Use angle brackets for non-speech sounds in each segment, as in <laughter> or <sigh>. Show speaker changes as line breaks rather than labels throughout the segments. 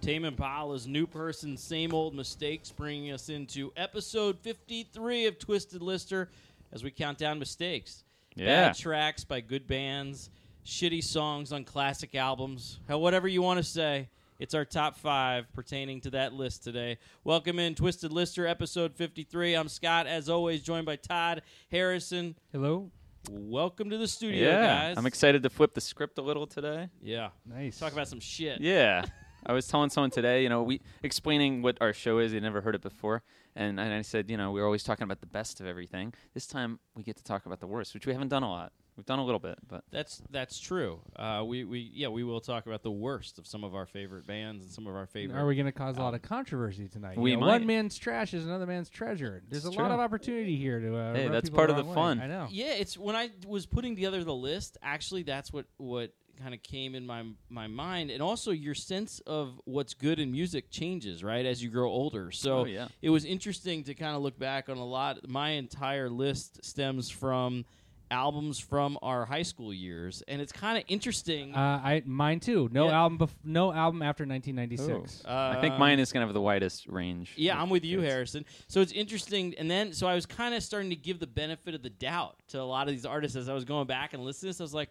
Tame Impala's new person, same old mistakes, bringing us into episode 53 of Twisted Lister as we count down mistakes.
Yeah.
Bad tracks by good bands, shitty songs on classic albums, how, whatever you want to say. It's our top five pertaining to that list today. Welcome in Twisted Lister, episode 53. I'm Scott, as always, joined by Todd Harrison.
Hello.
Welcome to the studio,
Yeah,
guys.
I'm excited to flip the script a little today.
Yeah.
Nice.
Talk about some shit.
Yeah, <laughs> I was telling someone today, you know, we explaining what our show is. They'd never heard it before, and, and I said, you know, we are always talking about the best of everything. This time we get to talk about the worst, which we haven't done a lot. We've done a little bit, but
That's that's true. Uh, we we yeah we will talk about the worst of some of our favorite bands and some of our favorite.
Are we going to cause a lot of controversy tonight? You
We
know,
might.
One man's trash is another man's treasure. There's
It's
a lot
true.
of opportunity here to. Uh,
Hey,
rub
that's
people
part of
wrong
the
way.
fun.
I know.
Yeah, it's when I was putting together the list. Actually, that's what what kind of came in my my mind, and also your sense of what's good in music changes right as you grow older. So
Oh, yeah.
it was interesting to kind of look back on a lot. My entire list stems from albums from our high school years, and it's kind of interesting.
Uh, I mine too. No
Yeah.
album. Bef- no album after 1996.
I think
Uh,
mine is kind of the widest range.
Yeah,
of
I'm with you,
kids.
Harrison. So it's interesting, and then so I was kind of starting to give the benefit of the doubt to a lot of these artists as I was going back and listening to this. I was like,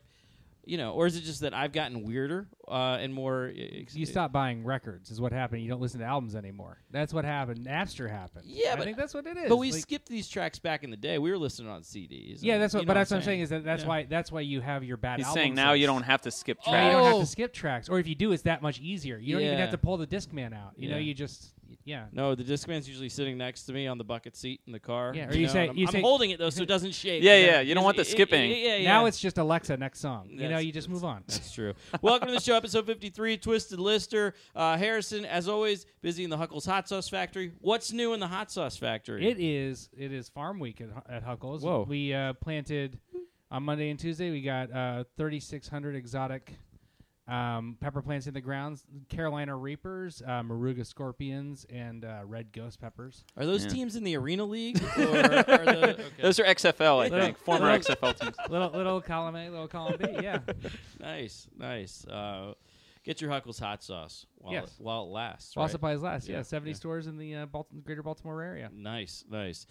you know, or is it just that I've gotten weirder uh, and more?
You stop buying records is what happened. You don't listen to albums anymore. That's what happened. Napster happened.
Yeah,
I
but-
think that's what it is.
But we
Like-
skipped these tracks back in the day. We were listening on CDs.
yeah,
and
that's
you
what.
know
But that's what I'm saying is that that's
Yeah.
why that's why you have your bad.
He's
album
saying now you
sets.
don't have to skip
Oh,
Yeah, you
tracks.
don't have
Oh.
to skip tracks, or if you do, it's that much easier. You don't even
Yeah.
have to pull the disc man out. You know,
Yeah.
you just yeah.
No, the Discman's usually sitting next to me on the bucket seat in the car.
Yeah, or you
know,
say-
and I'm,
you
I'm
say-
holding it though, so it doesn't shake.
Yeah, yeah, you don't want the
It- it-
skipping.
Yeah, yeah,
Now
yeah.
it's just Alexa next song. you know,
That's-
you just move on.
That's true. Welcome to the show, episode 53, Twisted Lister. Uh, Harrison, as always, busy in the Huckles Hot Sauce Factory. What's new in the Hot Sauce Factory?
It is it is Farm Week at, Hu- at Huckles.
Whoa.
We uh, planted on Monday and Tuesday. We got uh, 3,600 exotic um, pepper plants in the grounds. Carolina Reapers, uh, Maruga scorpions, and uh, red ghost peppers.
Are those
Yeah.
teams in the Arena
<laughs>
League? Or are the, okay.
Those are XFL, I
Little-
think, former
little-
XFL teams.
Little
<laughs>
little column A, little column B. Yeah.
nice, nice. Uh, get your Huckles Hot Sauce while,
Yes.
it, while it lasts.
While
right?
supplies last. Yeah.
Yeah,
70
yeah.
stores in the uh, Balt- greater Baltimore area.
Nice, nice.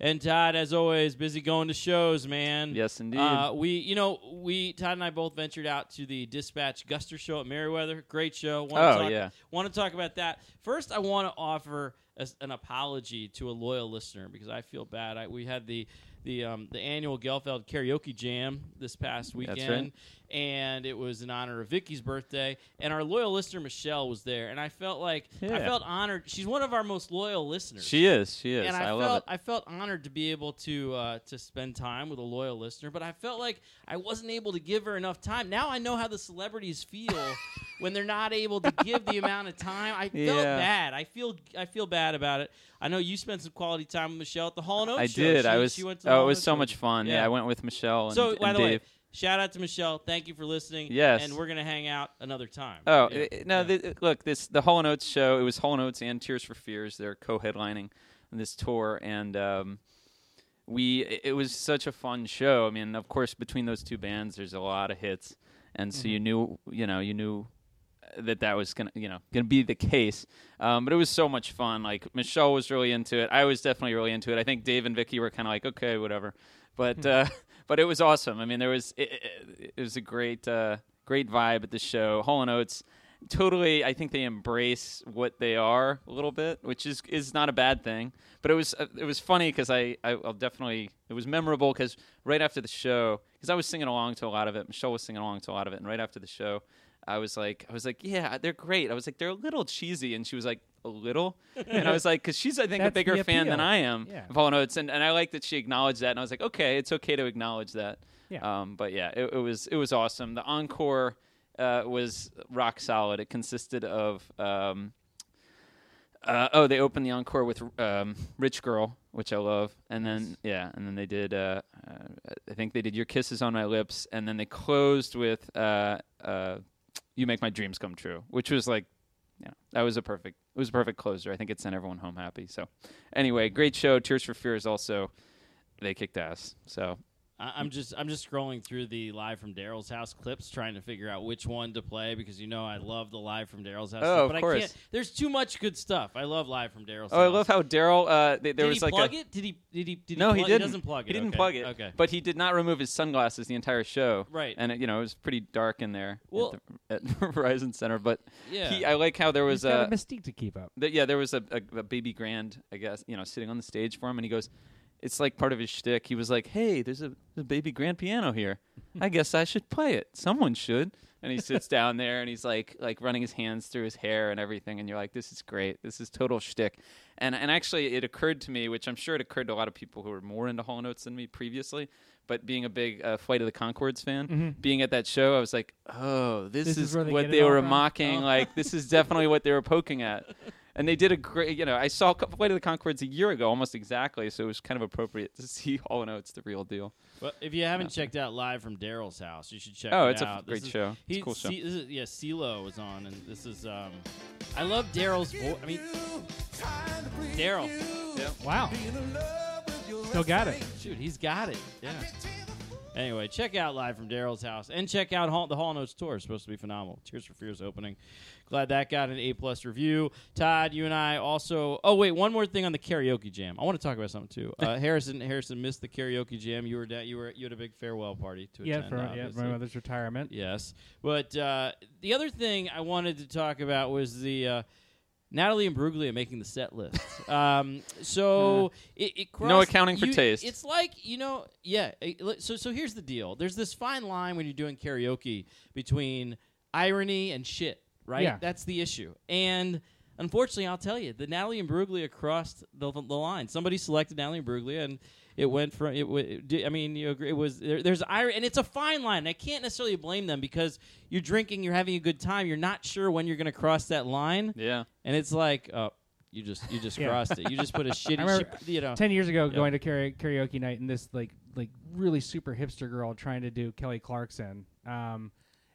And Todd, as always, busy going to shows, man.
Yes, indeed.
Uh, we, you know, we Todd and I both ventured out to the Dispatch Guster show at Meriwether. Great show. Wanna
Oh,
talk,
yeah.
Want to talk about that first? I want to offer as an apology to a loyal listener because I feel bad. I, we had the the um, the annual Gelfeld Karaoke Jam this past weekend, and it was in honor of Vicky's birthday. And our loyal listener Michelle was there, and I felt like I
Yeah.
felt honored. She's one of our most loyal listeners
she is, she is.
and I,
I,
felt
love it.
I felt honored to be able to uh, to spend time with a loyal listener, but I felt like I wasn't able to give her enough time. Now I know how the celebrities
<laughs>
feel when they're not able to give the amount of time. I felt
Yeah.
bad. I feel I feel bad about it. I know you spent some quality time with Michelle at the Hall and Oates
I
show.
did.
She-
I was.
She went to the
oh,
Hall
it
and
was
Oates
so
show.
much fun. Yeah.
Yeah.
I went with Michelle and,
So by
and
the
Dave.
way, shout out to Michelle. Thank you for listening.
Yes.
and we're gonna hang out another time.
Oh
Yeah.
i- i- no!
Yeah.
th- look, this the Hall and Oates show. It was Hall and Oates and Tears for Fears. They're co-headlining this tour, and um, we i- it was such a fun show. I mean, of course, between those two bands, there's a lot of hits, and
Mm-hmm.
so you knew, you know, you knew that that was gonna, you know, gonna be the case. Um, but it was so much fun. Like Michelle was really into it. I was definitely really into it. I think Dave and Vicky were kind of like, okay, whatever, but. uh, <laughs> But it was awesome. I mean, there was it, it, it was a great uh, great vibe at the show. Hall and Oates totally i think they embrace what they are a little bit which is is not a bad thing but it was uh, it was funny because I, I i'll definitely it was memorable because right after the show because i was singing along to a lot of it michelle was singing along to a lot of it and right after the show i was like i was like yeah they're great i was like they're a little cheesy and she was like a little and i was like because she's i think a
That's the
bigger fan than
appeal.
i am
Yeah.
of Hall & Oates, and, and i like that she acknowledged that and i was like okay it's okay to acknowledge that
Yeah.
um, but yeah, it, it was it was awesome. The encore uh, was rock solid. It consisted of um, uh, oh, they opened the encore with um, "Rich Girl," which I love, and then yeah, and then they did uh, uh, I think they did "Your Kisses on My Lips," and then they closed with uh, uh, "You Make My Dreams Come True," which was like. Yeah, that was a perfect. It was a perfect closer. I think it sent everyone home happy. So, anyway, great show. Tears for Fears also, they kicked ass. So
I, I'm just I'm just scrolling through the live from Daryl's house clips, trying to figure out which one to play because you know I love the live from Daryl's house.
Oh,
stuff,
of
but I
course.
can't. There's too much good stuff. I love live from Daryl's.
Oh,
house.
I love how Daryl. Uh, th- there
did
was
he
like
plug
a,
it? Did he? Did he? Did he
no, he
plug-
didn't.
doesn't plug it.
He didn't
okay.
plug it.
Okay.
but he did not remove his sunglasses the entire show.
Right.
and it, you know it was pretty dark in there
Well-
at, the, <laughs> at Verizon Center. But
Yeah.
he, I like how there was
He's got
a,
a mystique to keep up.
th- yeah, there was a, a, a baby grand, I guess, you know, sitting on the stage for him, and he goes, it's like part of his shtick. He was like, "Hey, there's a, a baby grand piano here. I guess I should play it. Someone should." And he sits down there and he's like, like running his hands through his hair and everything. And you're like, "This is great. This is total shtick." And and actually, it occurred to me, which I'm sure it occurred to a lot of people who were more into Hall Notes than me previously. But being a big uh, Flight of the Concords fan, being at that show, I was like, "Oh, this,
This is
is,
where they
what
get it
they
all
were
from?
mocking.
Oh.
Like, this is definitely what they were poking at." And they did a great, you know, I saw Co- Flight of the Concords a year ago, almost exactly, so it was kind of appropriate to <laughs> see Hall and Oates, the real deal.
Well, if you haven't checked out live from Daryl's house, you should check.
Oh,
it
it's a
out.
great
This is-
show. It's a
he-
cool show.
C- this is, yeah, CeeLo was on, and this is. Um, I love Daryl's voice. I mean, Daryl. <laughs>
Wow. Still got it.
Shoot, he's got it. Yeah. Anyway, check out live from Daryl's house, and check out Hall, the Hall Notes tour. It's supposed to be phenomenal. Tears for Fears opening. Glad that got an A plus review. Todd, you and I also. Oh wait, one more thing on the karaoke jam. I want to talk about something too.
<laughs>
Uh, Harrison Harrison missed the karaoke jam. You were da- you were you had a big farewell party to
Yeah,
attend.
for yeah,
obviously.
my mother's retirement.
Yes. But uh, the other thing I wanted to talk about was the uh, Natalie and Bruglia making the set
<laughs>
list. um, so it, it crossed,
Hmm. No accounting for
you-
taste.
It's like you know, yeah. it- li- so so here's the deal. There's this fine line when you're doing karaoke between irony and shit. Right.
Yeah.
That's the issue. And unfortunately, I'll tell you, the Natalie and Bruglia crossed the, the line. Somebody selected Natalie and Bruglia, and it went from it. wa- it di- I mean, you agree? It was there, there's irony, and it's a fine line. I can't necessarily blame them because you're drinking, you're having a good time, you're not sure when you're going to cross that line,
Yeah.
and it's like, oh, you just you just
Yeah.
crossed it. You just put
<laughs>
a shitty,
remember-
she- you know.
Ten years ago, going to kara- karaoke night, and this like like really super hipster girl trying to do Kelly Clarkson. Um,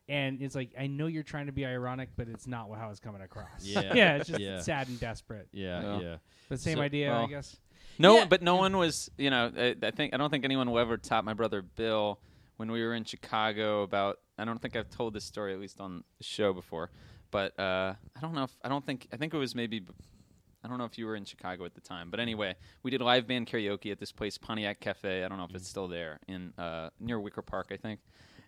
and it's like I know you're trying to be ironic, but it's not how it's coming across.
Yeah.
<laughs> yeah, it's just
Yeah.
sad and desperate.
yeah,
Yeah.
yeah.
But same
So-
idea, I
well,
guess.
No,
Yeah.
but no one was, you know, I, I think I don't think anyone will ever top my brother Bill when we were in Chicago about. I don't think I've told this story at least on the show before, but uh, I don't know if I don't think I think it was maybe. b- I don't know if you were in Chicago at the time, but anyway, we did live band karaoke at this place, Pontiac Cafe. I don't know
Mm.
if it's still there in uh, near Wicker Park, I think.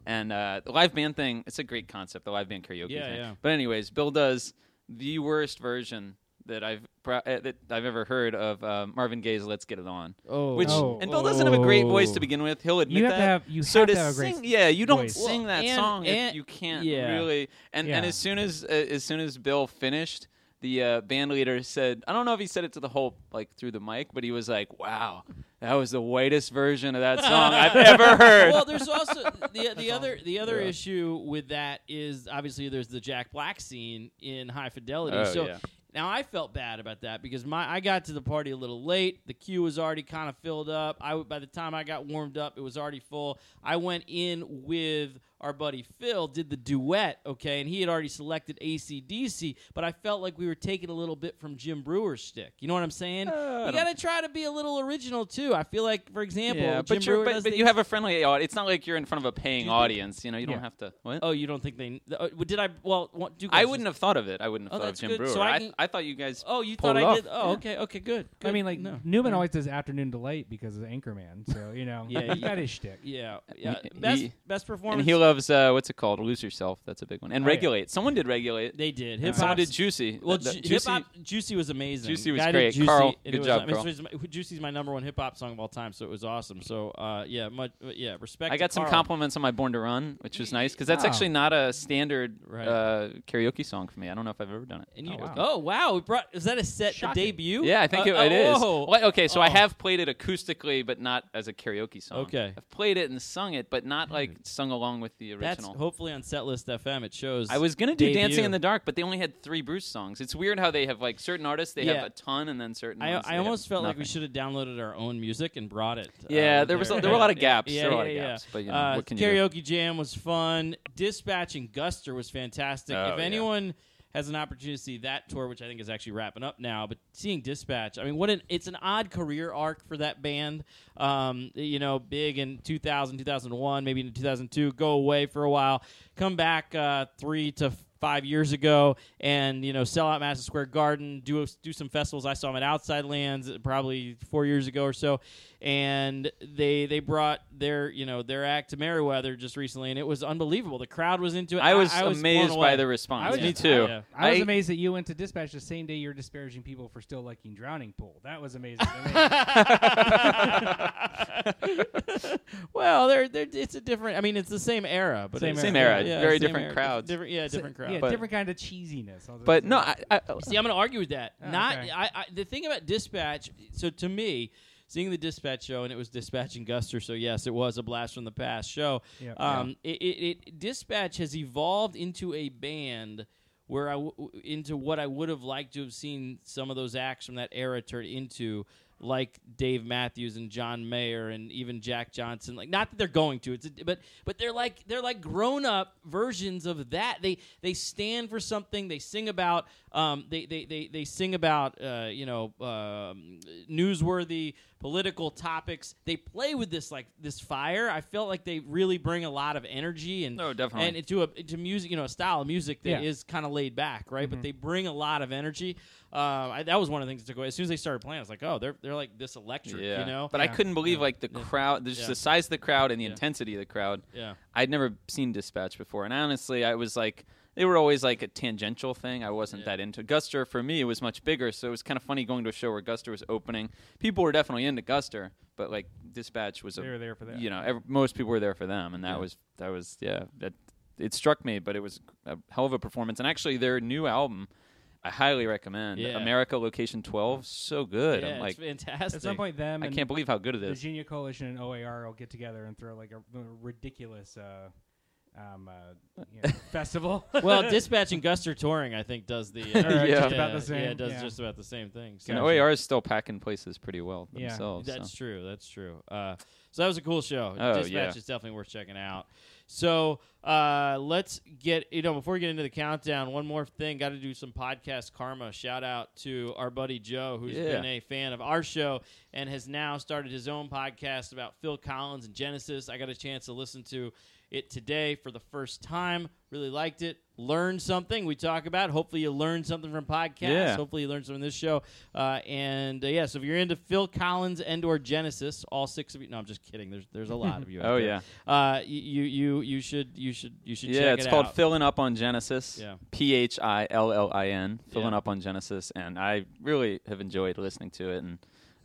And uh, the live band thing—it's a great concept, the live band karaoke
Yeah,
thing.
yeah.
But anyways, Bill does the worst version that I've pro- uh, that I've ever heard of uh, Marvin Gaye's "Let's Get It On."
Oh,
Which
Oh.
and Bill doesn't have a great voice to begin with. He'll admit
You have
that.
to have you
so
have
to,
to have a great
sing, yeah, you don't
voice.
sing that
and-
song
and-
if you can't
yeah.
really. And and
Yeah.
as soon as uh, as soon as Bill finished, the uh, band leader said, I don't know if he said it to the whole like through the mic, but he was like, "Wow, that was the whitest version of that song
<laughs>
<laughs>
I've ever heard."
Well, there's also the, the other the other
Yeah.
issue with that is obviously there's the Jack Black scene in High Fidelity.
Oh,
so
yeah.
now I felt bad about that because my I got to the party a little late. The queue was already kind of filled up. I w- by the time I got warmed up, it was already full. I went in with our buddy Phil, did the duet, okay, and he had already selected ACDC, but I felt like we were taking a little bit from Jim Brewer's stick. You know what I'm saying? you
Uh, don't-
got to try to be a little original too. I feel like, for example,
yeah,
Jim
but,
Brewer
you're, but,
does
but
the
you have a friendly audience. It's not like you're in front of a paying
think-
audience. You know, you
Yeah.
don't have to. What?
Oh, you don't think they? Uh, did I? Well, what, do
I wouldn't have thought of it. I wouldn't have
Oh,
thought of
that's
Jim
good.
Brewer.
So I
I,
can-
I thought you guys.
Oh, you
pulled
thought I
it off.
did. Oh,
Yeah.
okay, okay, good. good.
I mean, like
no.
Newman always does afternoon delight because of Anchorman. So you know,
Yeah,
<laughs> he's got his shtick.
Yeah, yeah.
he-
Best
he-
best performance.
And he loves uh, what's it called? Lose yourself. That's a big one. And
Oh, yeah.
regulate. Someone did regulate.
they did.
And
Hip
someone
hop.
did juicy.
Well,
Th-
ju-
th-
hip
juicy.
hop. Juicy was amazing.
Juicy was
Guy did
great.
Juicy,
Carl,
and it
good
was-
job,
I mean,
Carl.
it was- Juicy's my number one hip hop song of all time, so it was awesome. So, uh, yeah, much, yeah, respect.
I got
to
some
Carl.
compliments on my Born to Run, which was nice because that's
Wow.
actually not a standard
Right.
uh, karaoke song for me. I don't know if I've ever done it.
And you, oh
Oh,
wow,
wow.
we brought. Is that a set a
Shocking.
debut?
Yeah, I think
Uh,
it, it
oh,
is.
whoa.
Well, okay, so I
Oh.
have played it acoustically, but not as a karaoke song.
Okay.
I've played it and sung it, but not like sung along with the
That's
original.
hopefully on Setlist FM. It shows.
I was gonna do Dancing
debut.
in the Dark, but they only had three Bruce songs. It's weird how they have like certain artists they
Yeah.
have a ton, and then certain.
I,
ones they
I
have
almost felt like we
nothing.
should have downloaded our own music and brought it. uh,
Yeah,
with
there was
our-
there were a lot of gaps.
<laughs> Yeah,
there were a lot
yeah,
of
yeah.
gaps, but you know,
Uh,
what can you do?
karaoke jam was fun. Dispatch and Guster was fantastic.
Oh,
if
yeah.
anyone has an opportunity to see that tour, which I think is actually wrapping up now. But seeing Dispatch, I mean, what an it's an odd career arc for that band. Um, you know, big in 2000, 2001, maybe in 2002, go away for a while, come back uh, three to five years ago and you know sell out Madison Square Garden, do a- do some festivals. I saw them at Outside Lands uh, probably four years ago or so, and they they brought their you know their act to Meriwether just recently, and it was unbelievable. The crowd was into it.
I was,
I was
amazed
blown
by
away.
the response.
I was
Me
just-
too.
yeah.
I was
I-
amazed that you went to dispatch the same day you're disparaging people for still liking drowning pool. That
<laughs>
was amazing. to me.
<laughs> well, they're, they're it's a different. I mean, it's the same era, but
Same
it's-
Same
era.
yeah,
Very
same
different
era.
crowds.
Different, yeah, different crowd.
Yeah,
But-
different kind of cheesiness. I was
But
just-
no, I, I,
See, I'm going to argue with that.
Oh,
Not
okay.
I, I. The thing about Dispatch. So to me, seeing the Dispatch show, and it was Dispatch and Guster. So yes, it was a blast from the past show.
Yeah.
Um, It, it, it Dispatch has evolved into a band where I w- into what I would have liked to have seen some of those acts from that era turn into. Like Dave Matthews and John Mayer and even Jack Johnson, like not that they're going to, it's a, but but they're like they're like grown up versions of that. They they stand for something. They sing about um they they they, they sing about uh you know um, newsworthy political topics. They play with this like this fire. I felt like they really bring a lot of energy and
No, Oh, definitely.
and to a to music you know a style of music that is
Yeah. Mm-hmm.
kind of laid back right, but they bring a lot of energy. Um, I, that was one of the things that took away. As soon as they started playing, I was like, oh, they're they're like this electric,
yeah.
you know?
But I
Yeah.
couldn't believe like the crowd, just
Yeah.
the size of the crowd and the
Yeah.
intensity of the crowd.
yeah.
I'd never seen Dispatch before, and honestly, I was like, they were always like a tangential thing. I wasn't
Yeah.
that into Guster. For me, it was much bigger, so it was kind of funny going to a show where Guster was opening. People were definitely into Guster, but like Dispatch was a,
They were there for that.
you know, ev most people were there for them, and that
Yeah.
was that was yeah. That it struck me, but it was a hell of a performance. And actually, their new album, I highly recommend.
Yeah.
America Location Twelve, so good.
Yeah,
I'm like,
it's fantastic.
At some point, them
I
and
can't believe how good it is.
Virginia Coalition and OAR will get together and throw like a, r- ridiculous uh, um, uh, you
<laughs>
know, festival. <laughs>
well, Dispatch and Guster touring, I think, does the uh,
Alright, Yeah. just
about the
yeah,
same,
it does
yeah.
just about the same thing. So.
And OAR is still packing places pretty well
Yeah.
themselves. so.
That's true. That's true. Uh, so that was a cool show.
Oh,
Dispatch
yeah.
is definitely worth checking out. So uh, let's get you know before we get into the countdown, one more thing. Got to do some podcast karma. Shout out to our buddy Joe, who's
Yeah.
been a fan of our show and has now started his own podcast about Phil Collins and Genesis. I got a chance to listen to it today for the first time. Really liked it. Learned something. We talk about. Hopefully, you learned something from podcasts.
Yeah.
Hopefully, you learned something from this show. Uh, and uh, yeah, so if you're into Phil Collins and/or Genesis, all six of you. No, I'm just kidding. There's there's a lot of
<laughs>
you. Out
Oh
there.
yeah,
Uh, y- you you you should you should you should
yeah.
check
It's
it
called
out.
filling up on Genesis.
Yeah.
P H I L L I N. Filling
Yeah.
up on Genesis, and I really have enjoyed listening to it. And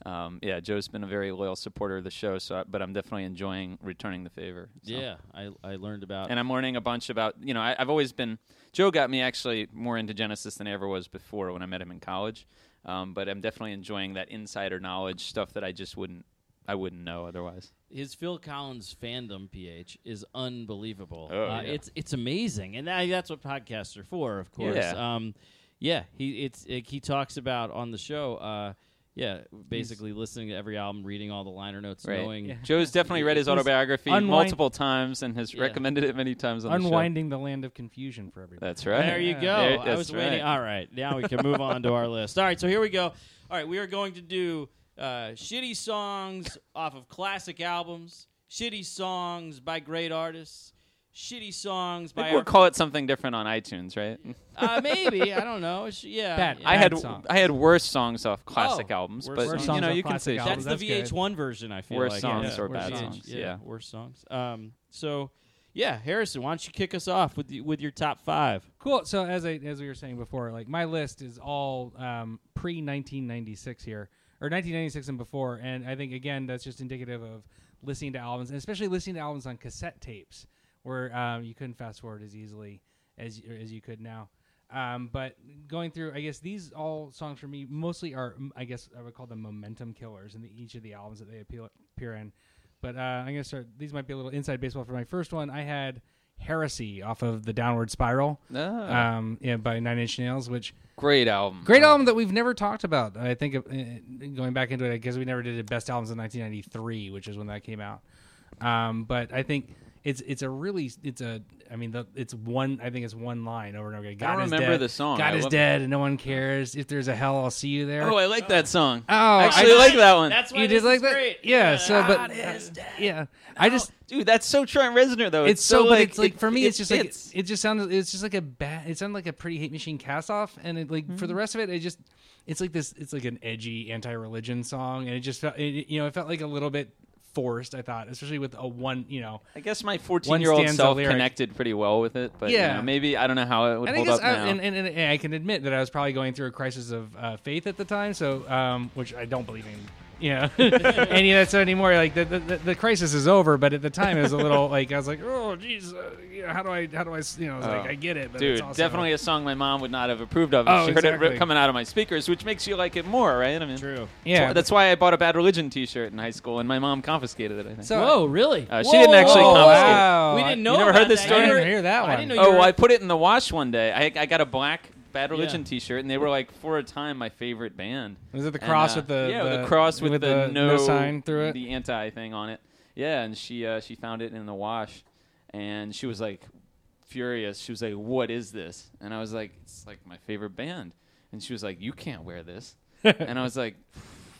um, yeah, Joe's been a very loyal supporter of the show. So, I, but I'm definitely enjoying returning the favor. so.
Yeah, I I learned about.
And I'm learning a bunch about you know I, I've always been Joe got me actually more into Genesis than I ever was before when I met him in college. Um, but I'm definitely enjoying that insider knowledge stuff that I just wouldn't I wouldn't know otherwise.
his Phil Collins fandom ph is unbelievable.
Oh,
uh,
yeah.
It's it's amazing, and that, that's what podcasts are for, of course.
Yeah.
Um, yeah, he it's it, he talks about on the show. Uh, yeah, basically listening to every album, reading all the liner notes,
Right.
knowing.
Yeah.
Joe's definitely read his
It was
autobiography
unwind-
multiple times and has
Yeah.
recommended it many times on the show.
Unwinding the land of confusion for everybody.
That's right.
There you go.
There-
I
that's
was waiting.
right.
All right, now we can move on to our list. All right, so here we go. All right, we are going to do uh, shitty songs off of classic albums, shitty songs by great artists, shitty songs by
Maybe we'll
our-
call it something different on iTunes, right?
uh, maybe I don't know. Sh- Yeah,
Bad.
yeah.
I had
songs.
I had worse songs off classic
Oh,
albums,
worse
but
songs.
you
Worse
know
songs
you
off
can say
classic
that's
albums.
the
that's good.
VH1 version. I feel
Worse
like.
songs
yeah.
or
worse
bad
songs.
songs, yeah.
worse songs. Um, so yeah, Harrison, why don't you kick us off with y- with your top five?
Cool. So as I as we were saying before, like my list is all um, pre 1996 here or 1996 and before, and I think again that's just indicative of listening to albums, and especially listening to albums on cassette tapes, where um, you couldn't fast forward as easily as or as you could now. Um, but going through, I guess these all songs for me mostly are, mm, I guess I would call them momentum killers in the, each of the albums that they appeal, appear in. But uh, I'm gonna start. These might be a little inside baseball for my first one. I had Heresy off of the Downward Spiral
No.
um, yeah, by Nine Inch Nails, which
great album.
great album that we've never talked about. I think uh, going back into it, I guess we never did the best albums of 1993, which is when that came out. Um, but I think It's it's a really it's a I mean the, it's one I think it's one line over and over again. God
I don't
is
remember
dead.
the song.
God
I
is
love-
dead and no one cares. If there's a hell, I'll see you there.
Oh, I like that song.
Oh,
I actually
I-
like that one.
That's why
you
this
did like
is
that?
great. Ah,
Yeah. So, but uh,
God is dead.
yeah, I
Oh,
just
dude, that's so Trent Reznor though.
it's, so, but
like
it's like
it-
for me,
it
it's just
fits.
like it just sounded. It's just like a bad. It sounded like a pretty hate machine cast off, and it, like for the rest of it, it just it's like this. It's like an edgy anti-religion song, and it just felt it, you know it felt like a little bit forced. I thought, especially with a one, you know.
I guess my 14 year old
stanza
self
lyric.
connected pretty well with it, but yeah,
Yeah.
maybe I don't know how it would
And I
hold
guess
up
I,
now.
and, and, and, I can admit that I was probably going through a crisis of uh, faith at the time, so um, which I don't believe in. Yeah, <laughs> any of that stuff anymore. Like the, the the crisis is over, but at the time it was a little like I was like, oh geez, uh, you know, how do I how do I s-" you know I was like
Oh.
I get it, but
Dude,
it's also-
definitely a song my mom would not have approved of. if
Oh,
she heard it
exactly.
ri- coming out of my speakers, which makes you like it more, right? I mean,
True.
That's
yeah.
why- that's why I bought a Bad Religion T-shirt in high school, and my mom confiscated it. I think.
So-
Whoa, really?
Uh, she didn't actually
whoa,
confiscate it.
wow.
We didn't know.
You never heard
about
this
that.
story?
You
I
never-
didn't hear that
I didn't
one.
know you
oh,
were-
I put it in the wash one day. I, I got a black Bad Religion T-shirt, and they were like four a time my favorite band.
Was it the
And,
cross
uh,
with the
yeah, the cross with, the, no,
sign through it?
the anti thing on it. Yeah, and she uh, she found it in the wash, and she was like furious. She was like, "What is this?" And I was like, "It's like my favorite band." And she was like, "You can't wear
<laughs>
this." and I was like,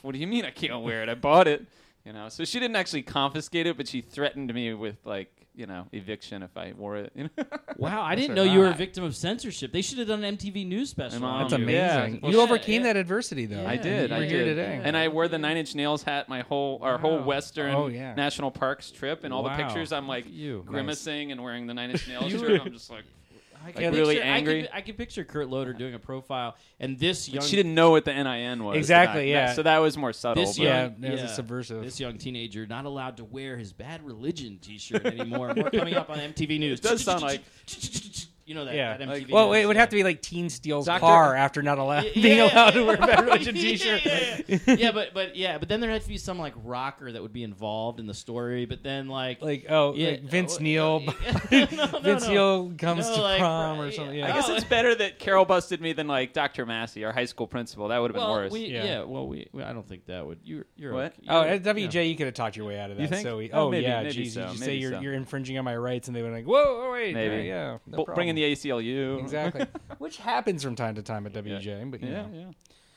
"What do you mean I can't wear it? I bought it." You know, so she didn't actually confiscate it, but she threatened me with like you know eviction if I wore it. You know,
Wow, I didn't
That's
know
right.
you were a victim of censorship. They should have done an MTV News special.
My mom-
on
That's
Yeah.
you.
amazing.
Well,
you
shit,
overcame
yeah.
that adversity though.
Yeah.
I did.
you
I
were
did.
We're here today.
And I wore the Nine Inch Nails hat my whole our whole
Wow.
Western
Oh, yeah.
National Parks trip, and all
Wow.
the pictures. I'm like
You.
grimacing and wearing the Nine Inch Nails
You
shirt. I'm just like,
I
Like, really
picture, I
angry.
could, I could picture Kurt Loder doing a profile, and this young,
But she didn't know what the NIN was at
Exactly,
that-
yeah.
So that was more subtle.
This
but-
year-
yeah,
Yeah.
it was a
Yeah.
subversive.
this young teenager not allowed to wear his bad religion T-shirt anymore.
<laughs>
We're coming up on MTV News.
It does sound like-
<laughs> you know that.
Yeah.
that
Like-
MTV
Well,
News,
it would
yeah.
have to be like Teen Steel's
Doctor-
car after not
<laughs>
allow-
Yeah,
being
yeah,
allowed to
yeah.
wear a Bad Religion
Yeah,
T-shirt.
yeah, yeah. <laughs> yeah, but but yeah, but then there had to be some like rocker that would be involved in the story. But then like,
<laughs> Like oh,
Yeah,
like Vince
oh,
<laughs>
Neal,
yeah. No, no,
<laughs> Vince
no.
Neal comes
No,
to
like,
prom or
right,
something.
yeah.
Yeah.
I guess it's better that Carol busted me than like Dr. Massey, our high school principal. That would have been
well,
worse.
we,
Yeah.
yeah. well, we, we- I don't think that would. You're, you're
What?
okay.
Oh,
You're-
at WJ, you could have talked your way out of that.
You think?
So we,
Oh,
oh,
maybe-
yeah,
maybe
geez,
so,
you just say
maybe
you're,
so.
you're infringing on my rights, and they were like, whoa, whoa, wait,
Maybe.
yeah, yeah, no
Bo- bringing
problem.
the ACLU.
exactly, which happens from time to time at WJ. But you
<laughs> Yeah,
know.
yeah.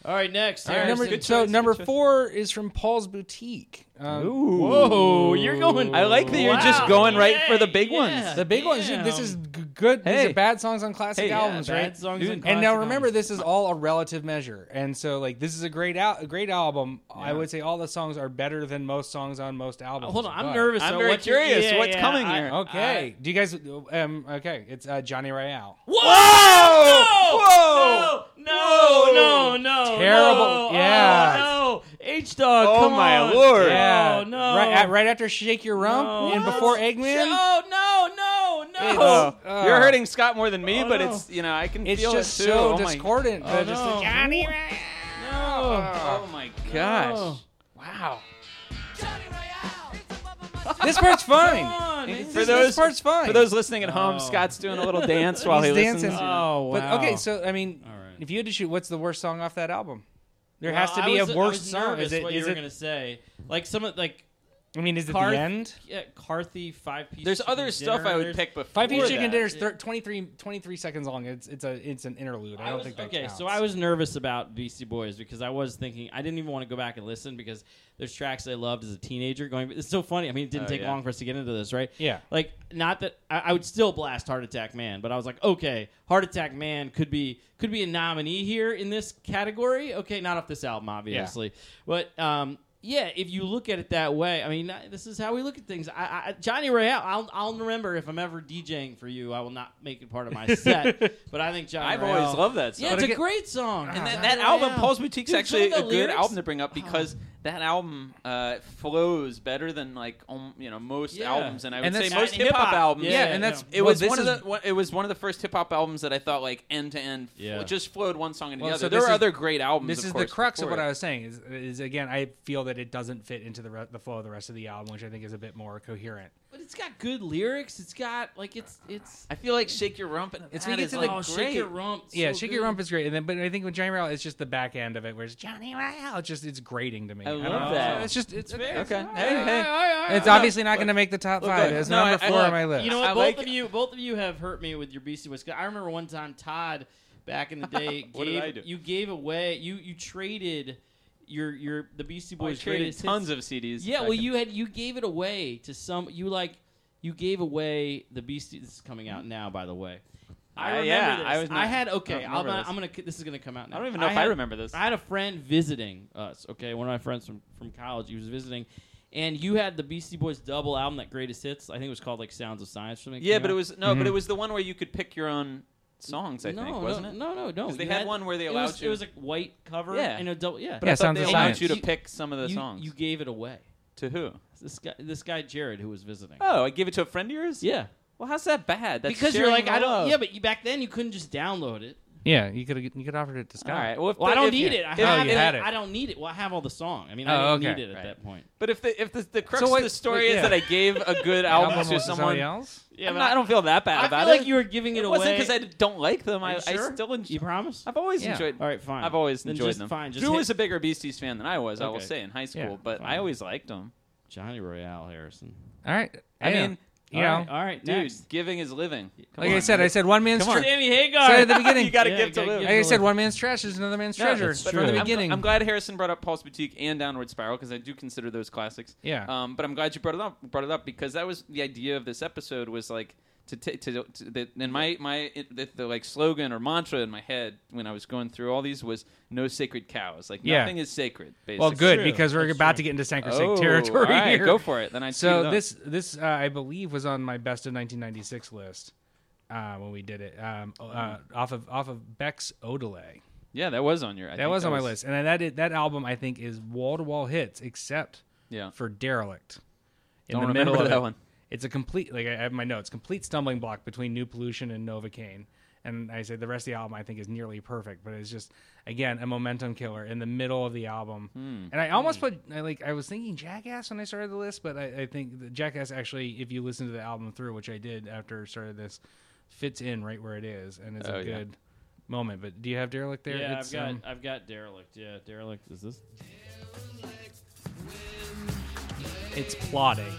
all right, next.
All right,
Harrison.
number,
good
so
choice,
number
good choice.
four is from Paul's Boutique. Um,
Ooh.
Whoa, you're going.
I like that you're just
Wow.
going right for the
Yay,
big
yeah.
ones.
The big ones.
Damn.
This is g- good. These
Hey.
are bad songs on classic
Hey, yeah,
albums,
bad
right?
songs
Dude.
and
and now
classic
remember,
albums.
this is all a relative measure, and so like this is a great out, a great album. I
Yeah.
would say all the songs are better than most songs on most albums.
Uh, Hold on, I'm
but-
nervous.
I'm
so
very
what you-
curious.
yeah,
What's
yeah,
coming
I-
here?
Okay, do you guys? Um, okay, it's uh, Johnny Royale.
Whoa!
Whoa!
No! No!
Whoa!
No! No!
Terrible.
No.
Yeah.
Oh, no. H Dog.
Oh,
come
my
on.
lord.
Oh no!
Right, at- right after Shake Your Rump
No.
and
What?
before Eggman.
Oh no! No! No!
Oh,
Oh.
you're hurting Scott more than me,
Oh,
but
no.
it's you know I can
It's
feel
just
it too.
so
oh my-
discordant.
Oh,
uh, just
no.
like, Johnny
Oh my gosh!
No.
Wow.
<laughs>
Royale. This part's fine.
Come on, man.
For
this,
those-
this part's fine.
For those listening at home,
Oh.
Scott's doing a little <laughs> dance while he
He's
listens.
dancing.
you know.
Oh wow!
But okay, so I mean,
All right.
if you had to shoot, what's the worst song off that album? There
Well,
has to
I
be
was-
a
I
worst
was
song.
nervous
Is it?
what
Is
you were
it?
gonna say? Like some of like
I mean, is it
Carth-
the end?
yeah, Carthy five piece.
There's other stuff I would pick before
Five Piece Chicken
that.
Dinner is thir- 23, 23 seconds long. It's it's a it's an interlude. I don't
was-
think that
okay,
counts.
so I was nervous about Beastie Boys because I was thinking I didn't even want to go back and listen because there's tracks I loved as a teenager. Going, it's so funny. I mean, it didn't
Oh,
take
yeah.
long for us to get into this, right?
Yeah.
Like, not that I, I would still blast Heart Attack Man, but I was like, okay, Heart Attack Man could be could be a nominee here in this category. Okay, not off this album, obviously, but um. Yeah, if you look at it that way, I mean, I- this is how we look at things. I, I, Johnny Royale, I'll, I'll remember if I'm ever DJing for you, I will not make it part of my
<laughs>
set. but I think Johnny
I've
Royale-
always loved that song.
yeah,
But
it's a
again-
great song.
And
And that,
Ah,
that
Royale.
album, Paul's Boutique's
Dude,
actually
some
a
of the
good
lyrics-
album to bring up because that album uh, flows better than like um, you know most
Yeah.
albums, and I would
And
say
that's-
most
and
hip hop
hip-hop.
albums.
Yeah,
yeah,
yeah,
and that's
It
well,
was
this
one
is,
of the one, it was one of the first hip hop albums that I thought like end to end fl-
Yeah.
just flowed one song into
Well,
the
so
other. There
this
were
is-
other great albums.
This
of
is the
course,
crux of
before
what
it.
I was saying. Is, is again, I feel that that it doesn't fit into the re- the flow of the rest of the album, which I think is a bit more coherent.
But it's got good lyrics. It's got like it's it's.
I feel like Shake Your Rump. And
It's
that
when you get
is,
to
like,
the-
oh, shake
great.
your rump.
yeah,
so
Shake
good. <laughs>
Your Rump is great, and then but I think with Johnny Morale, it's just the back end of it where it's Johnny Morale. It's just it's grating to me.
I
don't
love
know.
that.
It's just it's
fair.
Okay.
All
Hey,
<laughs>
right,
hey.
all right, all right,
It's
all right.
obviously not going to make the top five.
look,
It's
no,
number
I- I-
four
look,
on my list.
You know what?
I
both
like-
of you, both of you have hurt me with your Beastie Boys. 'Cause I remember one time Todd, back in the day,
What did I
gave
do?
you gave away you you traded your your the Beastie
I
Boys
traded
greatest hits.
tons of CDs.
Yeah,
back
well,
in-
you had you gave it away to some. You like you gave away the Beastie. This is coming out now, by the way. I
Uh,
remember
yeah,
this.
I was not-
had
I
okay.
don't
I am
remember
gonna,
this.
I'm gonna. This is gonna come out now.
I don't even know if I
had-
remember this.
I had a friend visiting us. Okay, one of my friends from from college. He was visiting, and you had the Beastie Boys double album, that Greatest Hits. I think it was called like Sounds of Science. Or something.
yeah,
came
but it
out.
was no, but
Mhm.
it was the one where you could pick your own songs. I
no,
think
no,
wasn't it?
No, no, no.
'Cause they
You
had one where they allowed
it was,
you-
It was a white cover.
Yeah.
and a double. Yeah,
I
Yeah,
thought
Sounds
they
of
allowed
Science.
you to
You-
pick some of the
you,
songs.
you gave it away.
to who?
This guy, this guy Jared, who was visiting.
Oh, I give it to a friend of yours.
Yeah.
Well, how's that bad? That's
because you're
sharing
like I
love.
don't. Yeah, but you, back then you couldn't just download it.
yeah, you could you could offer it to
All
Scott.
right. Well, if
Well, I
the-
don't
if
need
you-
it. I
if-
Oh,
have
you
it.
had it.
I don't need it. Well, I have all the song. I mean,
Oh,
I don't
okay.
need it at
Right.
that point.
But if the if the, the crux
wait-
of the story
wait,
is
yeah.
that I gave a <laughs> good album to
with
someone,
else.
Yeah,
I'm not- I don't feel that bad
I
about
feel
it.
like you were giving it,
it
away.
wasn't because I don't like them.
Are
I,
you
I
sure?
still
You
enjoy.
promise?
I've always
Yeah.
enjoyed.
All right, fine.
I've always
Then
enjoyed
just
them.
Fine. Just
Drew
hit
was a bigger Beasties fan than I was. I will
Okay.
say in high school,
Yeah,
but I
fine.
always liked them.
Johnny Royale Harrison.
All right.
I
Yeah.
mean,
you
all
know,
right, all right,
dude,
next.
giving is living. Come
like I
on.
said, I said one man's
Come on.
trash. Like
Sammy Hagar.
Said at the beginning.
you got to
Yeah,
give
you
to
gotta
live.
give
I said, one man's trash is another man's
No,
treasure.
that's
but
true.
From
I'm
the
gl-
beginning.
I'm glad Harrison brought up Paul's Boutique and Downward Spiral because I do consider those classics.
yeah.
Um, but I'm glad you brought it up. Brought it up because that was the idea of this episode was like to ta- to, to that and my my it, the, the like slogan or mantra in my head when I was going through all these was no sacred cows. Like
Yeah.
nothing is sacred. Basically.
well, good
true.
because we're
That's
about
true.
to get into Sankersig
Oh,
territory
all right,
here.
Go for it. Then I teed it
so
up.
this this uh, I believe was on my best of 1996 list uh, when we did it um, uh,
Hmm.
off of off of Beck's Odelay.
yeah that was on your I
That
think
was on my list, and that is, that album I think is wall to wall hits except
Yeah,
for derelict. In
Don't
the
remember
middle of
that
it.
one.
It's a complete like I have my notes. Complete stumbling block between New Pollution and Novocaine. And I said the rest of the album I think is nearly perfect, but it's just again a momentum killer in the middle of the album.
Hmm.
And I almost put I like I was thinking Jackass when I started the list, but I, I think that Jackass actually, if you listen to the album through, which I did after I started this, fits in right where it is, and it's
Oh,
a
yeah.
good moment. But do you have Derelict there?
Yeah, I've
It's,
got
um,
I've got derelict. Yeah, derelict is this.
it's plotting.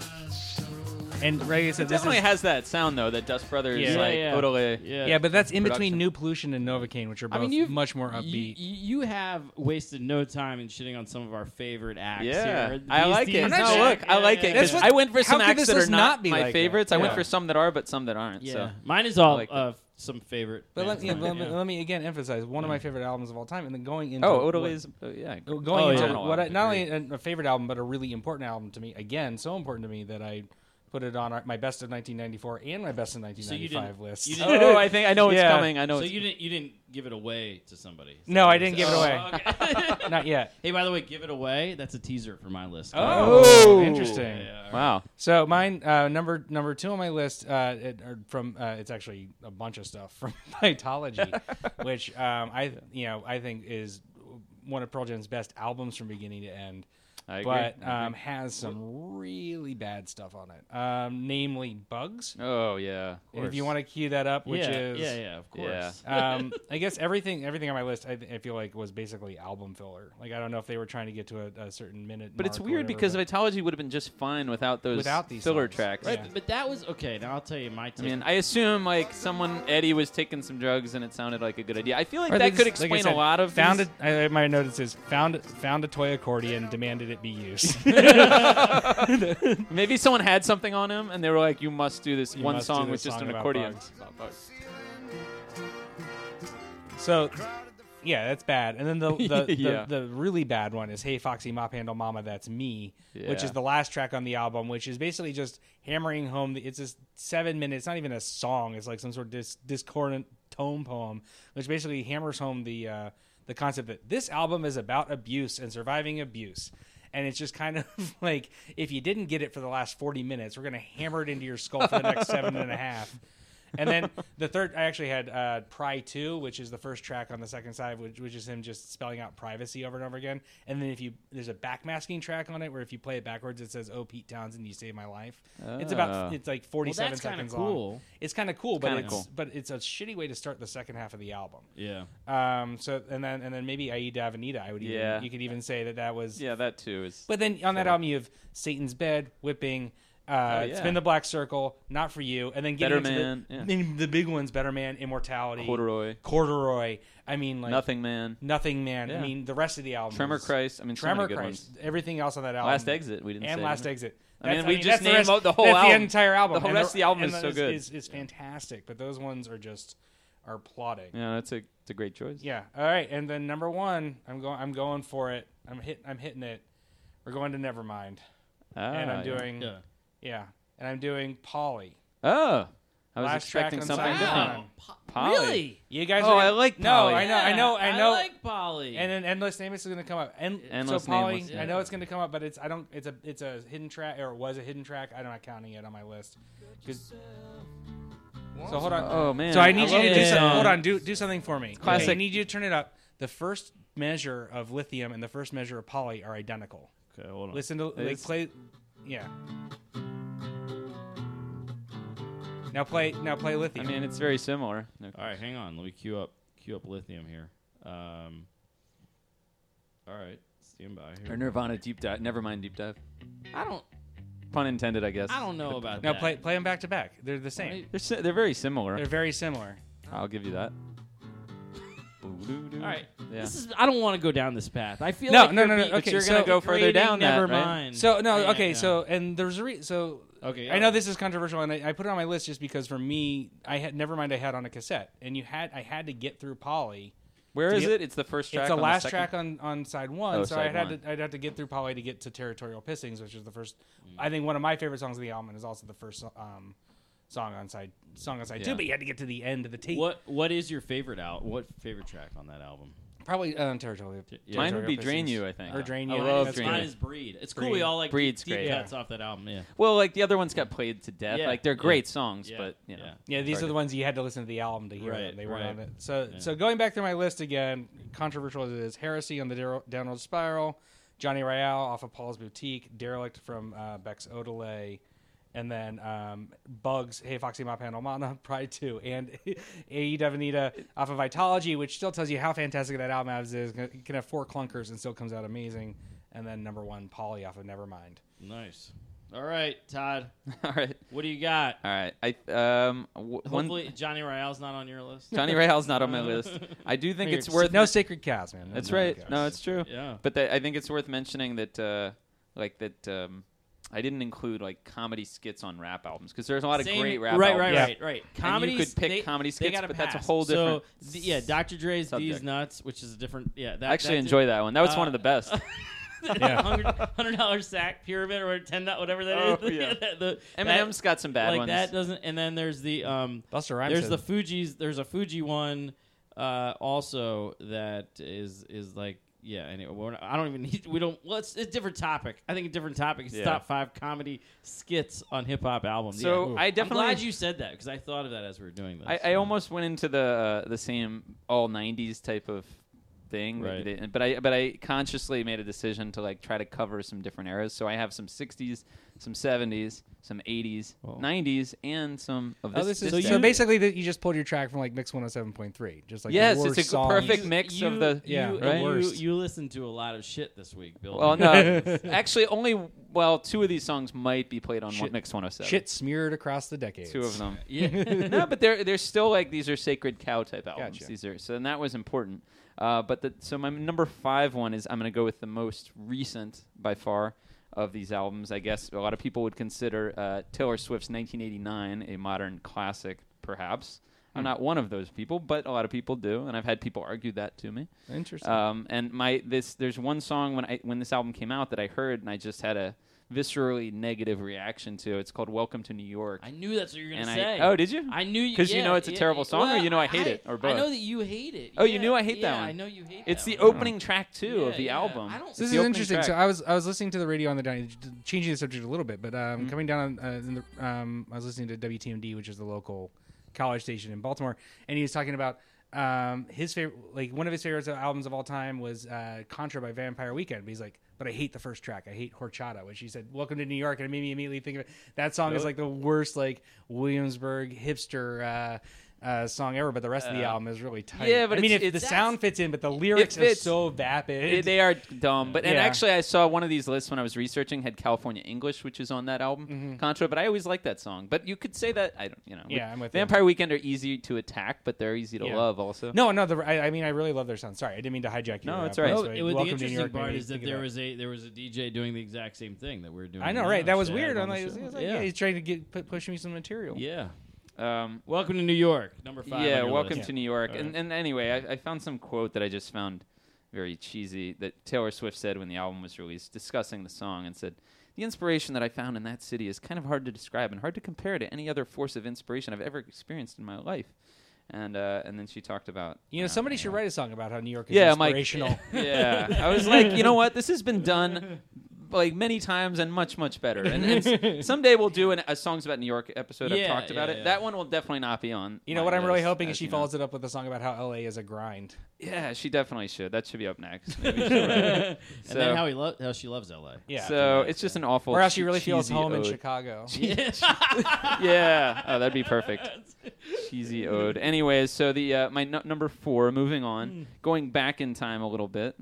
And like I said,
it
this
definitely
is,
has that sound though. That Dust Brothers
Yeah.
like
Yeah, yeah.
Odelay.
Yeah.
Yeah, but that's in
production.
between New Pollution and Novocaine, which are both
I mean, you've
much more
You,
upbeat.
you have wasted no time in shitting on some of our favorite acts.
Yeah,
here. The
I like
Beasties
it.
I'm not
No,
back.
sure.
look, I
Yeah,
like
yeah,
it.
yeah.
That's
'cause
what-
I went for
how
some
could
acts
this
that are
list
not
not be
my
like that?
favorites. I went
Yeah.
for some that are, but some that aren't.
Yeah,
So
mine is all
I like that.
uh, some favorite.
But let
bands
me,
of
let,
mine,
me,
yeah.
let me again emphasize one of my favorite albums of all time, and then going into
oh, Odelay
what-
is uh, yeah.
going
Oh,
into
yeah.
what I, not
Agreed.
only a a favorite album but a really important album to me. Again, so important to me that I put it on our, my best of 1994 and my best of
you
1995
didn't-
list. <laughs>
you didn't-
oh, I think I know it's
Yeah.
coming. I know.
So
it's
you didn't you didn't give it away to somebody. Is
No,
that
I
what
didn't
you're
give it
saying? Oh, okay. <laughs>
Not yet.
hey, by the way, give it away. That's a teaser for my list.
Oh.
interesting.
Yeah,
Wow.
So mine uh, number number two on my list uh, it, are from uh, it's actually a bunch of stuff <laughs> from
<laughs>
Vitology, which um, I you know I think is one of Pearl Jam's best albums from beginning to end,
I agree.
but
I
um, has some really bad stuff on it, um, namely bugs.
agree. <laughs> oh yeah. of
If
course.
you want to cue that up, which
yeah,
is
yeah, yeah, of course.
Yeah. <laughs>
um, I guess everything everything on my list I, I feel like was basically album filler. Like I don't know if they were trying to get to a, a certain minute,
but it's
mark or
weird
whatever,
because
but-
Vitology would have been just fine without those
Without these
filler
songs.
tracks.
Right,
Yeah.
but that was okay. Now I'll tell you my
I
take.
mean, I assume like someone Eddie was taking some drugs and it sounded like a good idea. I feel like
Or they
that could
just- like I
explain
said,
a lot of
found
these-
it. I, my notice is found found a toy accordion, demanded it be used.
Maybe someone had something on him and they were like, "You must do this
You
one
must
song
do
with
this
just
song
an
about
accordion."
bugs. so, yeah, that's bad. And
<laughs>
then the the, the,
Yeah.
the really bad one is "Hey Foxy Mop Handle Mama, That's Me," which
Yeah.
is the last track on the album, which is basically just hammering home. The, it's this seven minutes. It's not even a song. It's like some sort of dis, discordant tone poem, which basically hammers home the uh, the concept that this album is about abuse and surviving abuse. And it's just kind of <laughs> like
<laughs>
if you didn't get it for the last forty minutes, we're gonna hammer it into your skull for the next seven and a half. And then the third, I actually had uh, Pry 2, which is the first track on the second side, which, which is him just spelling out privacy over and over again. And then if you, there's a backmasking track on it where if you play it backwards, it says, Oh, Pete Townsend, you saved my life. It's about,
Oh.
it's like
Well,
47
that's kind of
seconds long.
cool.
It's kind of cool, but
kinda
it's,
cool.
but it's a shitty way to start the second half of the album.
Yeah.
Um, so, and then, and then maybe Aida Avenida, I would even,
Yeah.
you could even say that that was,
yeah, that too is.
but then on that album, you have Satan's Bed, Whipping, uh,
Oh, yeah.
Spin the Black Circle, Not For You, and then getting
Better
into
Man,
the,
yeah.
then the big ones, Better Man, Immortality,
Corduroy,
Corduroy. I mean, like
Nothing Man,
Nothing Man. I
Yeah.
mean, the rest of the album.
Tremor
is-
Christ. I mean, so many
Tremor
good
Christ.
ones.
Everything else on that album.
Last Exit, we didn't
And
say,
Last
didn't we?
Exit.
I mean,
That's-
we just
that's
named
the, rest,
the whole
that's
album.
the entire album.
The whole
and
rest of the album
and
is so
is-
good.
Is, is fantastic, but those ones are just are plotting.
Yeah, that's a, it's a great choice.
Yeah. All right. And then number one, I'm going. I'm going for it. I'm hit. I'm hitting it. We're going to Nevermind,
Ah,
and I'm
yeah.
doing.
Yeah.
Yeah, and I'm doing Polly.
Oh, I was
Last track
expecting
on
something
Silent
different.
Hill.
Wow. Po-
Polly.
Really?
You guys,
Oh,
are
I like
No,
Polly.
I know, I know, I know.
like Polly.
and then endless nameless is going to come up. And
Endless
so Polly,
Nameless, yeah.
I know it's going to come up, but it's I don't. It's a it's a hidden track, or it was a hidden track. I'm not counting it on my list. 'Cause- So hold on.
Oh man.
so I need you
love
to do
this
some-
something.
song.
Hold on, do do something for me.
Classic.
I need you to turn it up. The first measure of lithium and the first measure of poly are identical.
okay, hold on.
Listen to like,
It's-
play. Yeah. Now play. Now play
I
lithium.
mean, it's very similar. No-
All right, hang on. Let me queue up queue up lithium here. Um, all right, stand by
Or
here.
Nirvana deep dive. Never mind deep dive.
I don't
Pun intended, I guess.
I don't know about
now
that.
play. Play them back to back. They're the same.
Right.
They're si- they're very similar.
They're very similar.
I'll give you that. All
All right,
Yeah.
this is. I don't want to go down this path. I feel
No,
like
no,
you're
no, no,
be-
okay,
but you're
so-
gonna go further
Grading,
down
never
that, right?
mind.
So no,
Yeah,
okay,
yeah.
so and there's a re- so
okay, uh,
I know this is controversial, and I, I put it on my list just because for me, I had never mind. I had on a cassette, and you had I had to get through Polly.
Where
To
is
get-
it? It's the first track.
it's the
on
last
second-
track on, on side one,
Oh,
so
side
I'd had
one.
to I'd have to get through Polly to get to Territorial Pissings, which is the first.
Mm.
I think one of my favorite songs of the album and is also the first um, song on side song on side
Yeah.
two. But you had to get to the end of the tape.
What What is your favorite out? What favorite track on that album?
Probably um, Territorial.
yeah.
Mine would be
Territorial
Drain
Pissings.
You, I think.
Or Drain
I
You.
love
That's
Drain
Mine
fine.
You.
is Breed. It's cool.
Breed.
We all like
Breed's
deep
great.
cuts off that album. Yeah,
Well, like the other ones got played to death.
Yeah.
Like they're
Yeah.
great songs, but you know.
yeah.
Yeah, these
Sorry.
are the ones you had to listen to the album to hear.
Right,
them. They were
right.
on it. So, so going back through my list again, controversial as it is, heresy on the Dar- downward spiral, Johnny Royale off of Paul's Boutique, derelict from uh, Bex Odelay, and then um, Bugs, Hey Foxy Mop Handle Mana, <laughs> Pride Two, and A.E. Devonita off of Vitology, which still tells you how fantastic that album is. It can have four clunkers and still comes out amazing. And then number one, Polly off of Nevermind.
Nice. All right, Todd.
<laughs> All right.
What do you got?
All right. I um w-
Hopefully,
one
Johnny Royale's not on your list.
Johnny Rahal's not
<laughs>
on my list. I do think it's
Here,
worth
no sacred cows, man.
That's
No
right.
sacred
No,
cows.
it's true.
Yeah.
But that, I think it's worth mentioning that, uh, like that, um, I didn't include like comedy skits on rap albums because there's a lot of
Same-
great rap
right,
albums.
Right,
Yeah.
right, right.
And you
Comedy.
could pick
they,
comedy
they
skits,
got
but that's a
pass.
whole
So
different
th- yeah, Dr. Dre's
subject.
These Nuts, which is a different. Yeah, that,
I actually
that uh,
enjoy that one. That was one of the
<laughs>
best.
Yeah.
Hundred dollar sack pyramid or ten dollar whatever that is. <laughs>
Oh, yeah.
that, the,
<laughs> Eminem's got some
that,
bad
like
ones.
that doesn't. And then there's the um.
Buster Rhymes.
There's
said-
the Fuji's. There's a Fuji one, uh, also that is is like yeah. Anyway, we're not, I don't even need. We don't. Well, it's, it's a different topic. I think a different topic. It's
Yeah.
top five comedy skits on hip hop albums.
So
Yeah.
I
I'm glad
definitely-
you said that because I thought of that as we were doing this.
I, I almost went into the uh, the same all '90s type of thing, that you
Right.
did- but I but I consciously made a decision to like try to cover some different eras. So I have some '60s, some '70s, some '80s,
Whoa.
'90s, and some of this.
oh, this is,
this
so,
decade.
basically that you just pulled your track from like Mix 107.3, just like
Yes,
the worst
it's a
songs.
perfect mix of the-
Yeah,
you,
the
and you,
worst.
you listen to a lot of shit this week, Bill.
Well, no, actually, only well, two of these songs might be played on
Shit.
Mix 107.
Shit smeared across the decades.
Two of them.
yeah.
no, but they're they're still like these are sacred cow type albums.
Gotcha.
These are so, and that was important. Uh, but the, so my number five one is I'm going to go with the most recent by far of these albums. I guess a lot of people would consider uh, Taylor Swift's 1989 a modern classic, perhaps. I'm not one of those people, but a lot of people do, and I've had people argue that to me.
Interesting.
Um, and my this there's one song when I when this album came out that I heard and I just had a viscerally negative reaction to. It's called Welcome to New York.
<laughs> I knew that's what you were gonna
And I-
say.
oh, did you?
I knew
'Cause you
yeah,
know it's a
yeah,
terrible
yeah.
song, or you know I hate
I,
it, or
I
both?
know that you hate it.
Oh, you
Yeah,
knew I hate that
yeah,
one.
I know you hate.
It's
that
the
one.
opening track too
Yeah,
of the
yeah.
album.
I don't-
It's
so this
the
is
opening
interesting. So
track.
I was I was listening to the radio on the dining,
Mm-hmm.
changing the subject a little bit, but um, coming down on, uh, in the, um, I was listening to WTMD, which is the local College Station in Baltimore, and he was talking about um, his favorite, like one of his favorite albums of all time was uh, Contra by Vampire Weekend. But he's like, but I hate the first track. I hate Horchata, which he said, "Welcome to New York," and it made me immediately think of it. That song is like the worst, like Williamsburg hipster. Uh, uh, song ever, but the rest of the album is really tight.
yeah, but
I mean,
it's-
if the
it's-
sound fits in, but the lyrics are
fits.
so vapid.
They- they are dumb. But and
Yeah.
actually, I saw one of these lists when I was researching had California English, which is on that album Contra. But I always liked that song. But you could say that I don't, you know.
Mm-hmm. Yeah, I'm with you.
Vampire Weekend are easy to attack, but they're easy to
Yeah.
love also.
No, no. The, I, I mean, I really love their sound. Sorry, I didn't mean to hijack you.
No, it's all right.
Oh, it was the interesting part is that there was a there was a DJ doing the exact same thing that we are doing.
I know,
now,
right? That was
so
weird.
on
I'm
the show.
like, it was- it was like, yeah.
yeah.
he's trying to get pu- push me some material.
Yeah.
Um,
Welcome to New York, number five.
yeah,
on your
welcome
list.
to New York.
All
And, and anyway, I, I found some quote that I just found very cheesy that Taylor Swift said when the album was released, discussing the song, and said, "The inspiration that I found in that city is kind of hard to describe and hard to compare to any other force of inspiration I've ever experienced in my life." And uh, and then she talked about
You know,
uh,
somebody should write a song about how New York is
yeah, Mike.
inspirational.
<laughs> yeah, I was like, you know what? This has been done like many times and much much better. And, and
<laughs>
s- someday we'll do an, a songs about New York episode. I've
Yeah,
talked about
yeah,
it.
yeah.
That one will definitely not be on.
You know
my
what I'm really
list,
hoping is
as
she
you know.
follows it up with a song about how LA is a grind.
Yeah, she definitely should. That should be up
<laughs>
next. Maybe she'll write it.
<laughs> and
So-
then how he lo- how she loves L.A.
Yeah.
so it's just an awful.
or how she
che-
really feels
cheesy
home in
ode.
Chicago.
Yeah, oh, that'd be perfect. cheesy ode. Anyways, so the uh, my nu- number four. Moving on,
Mm.
going back in time a little bit,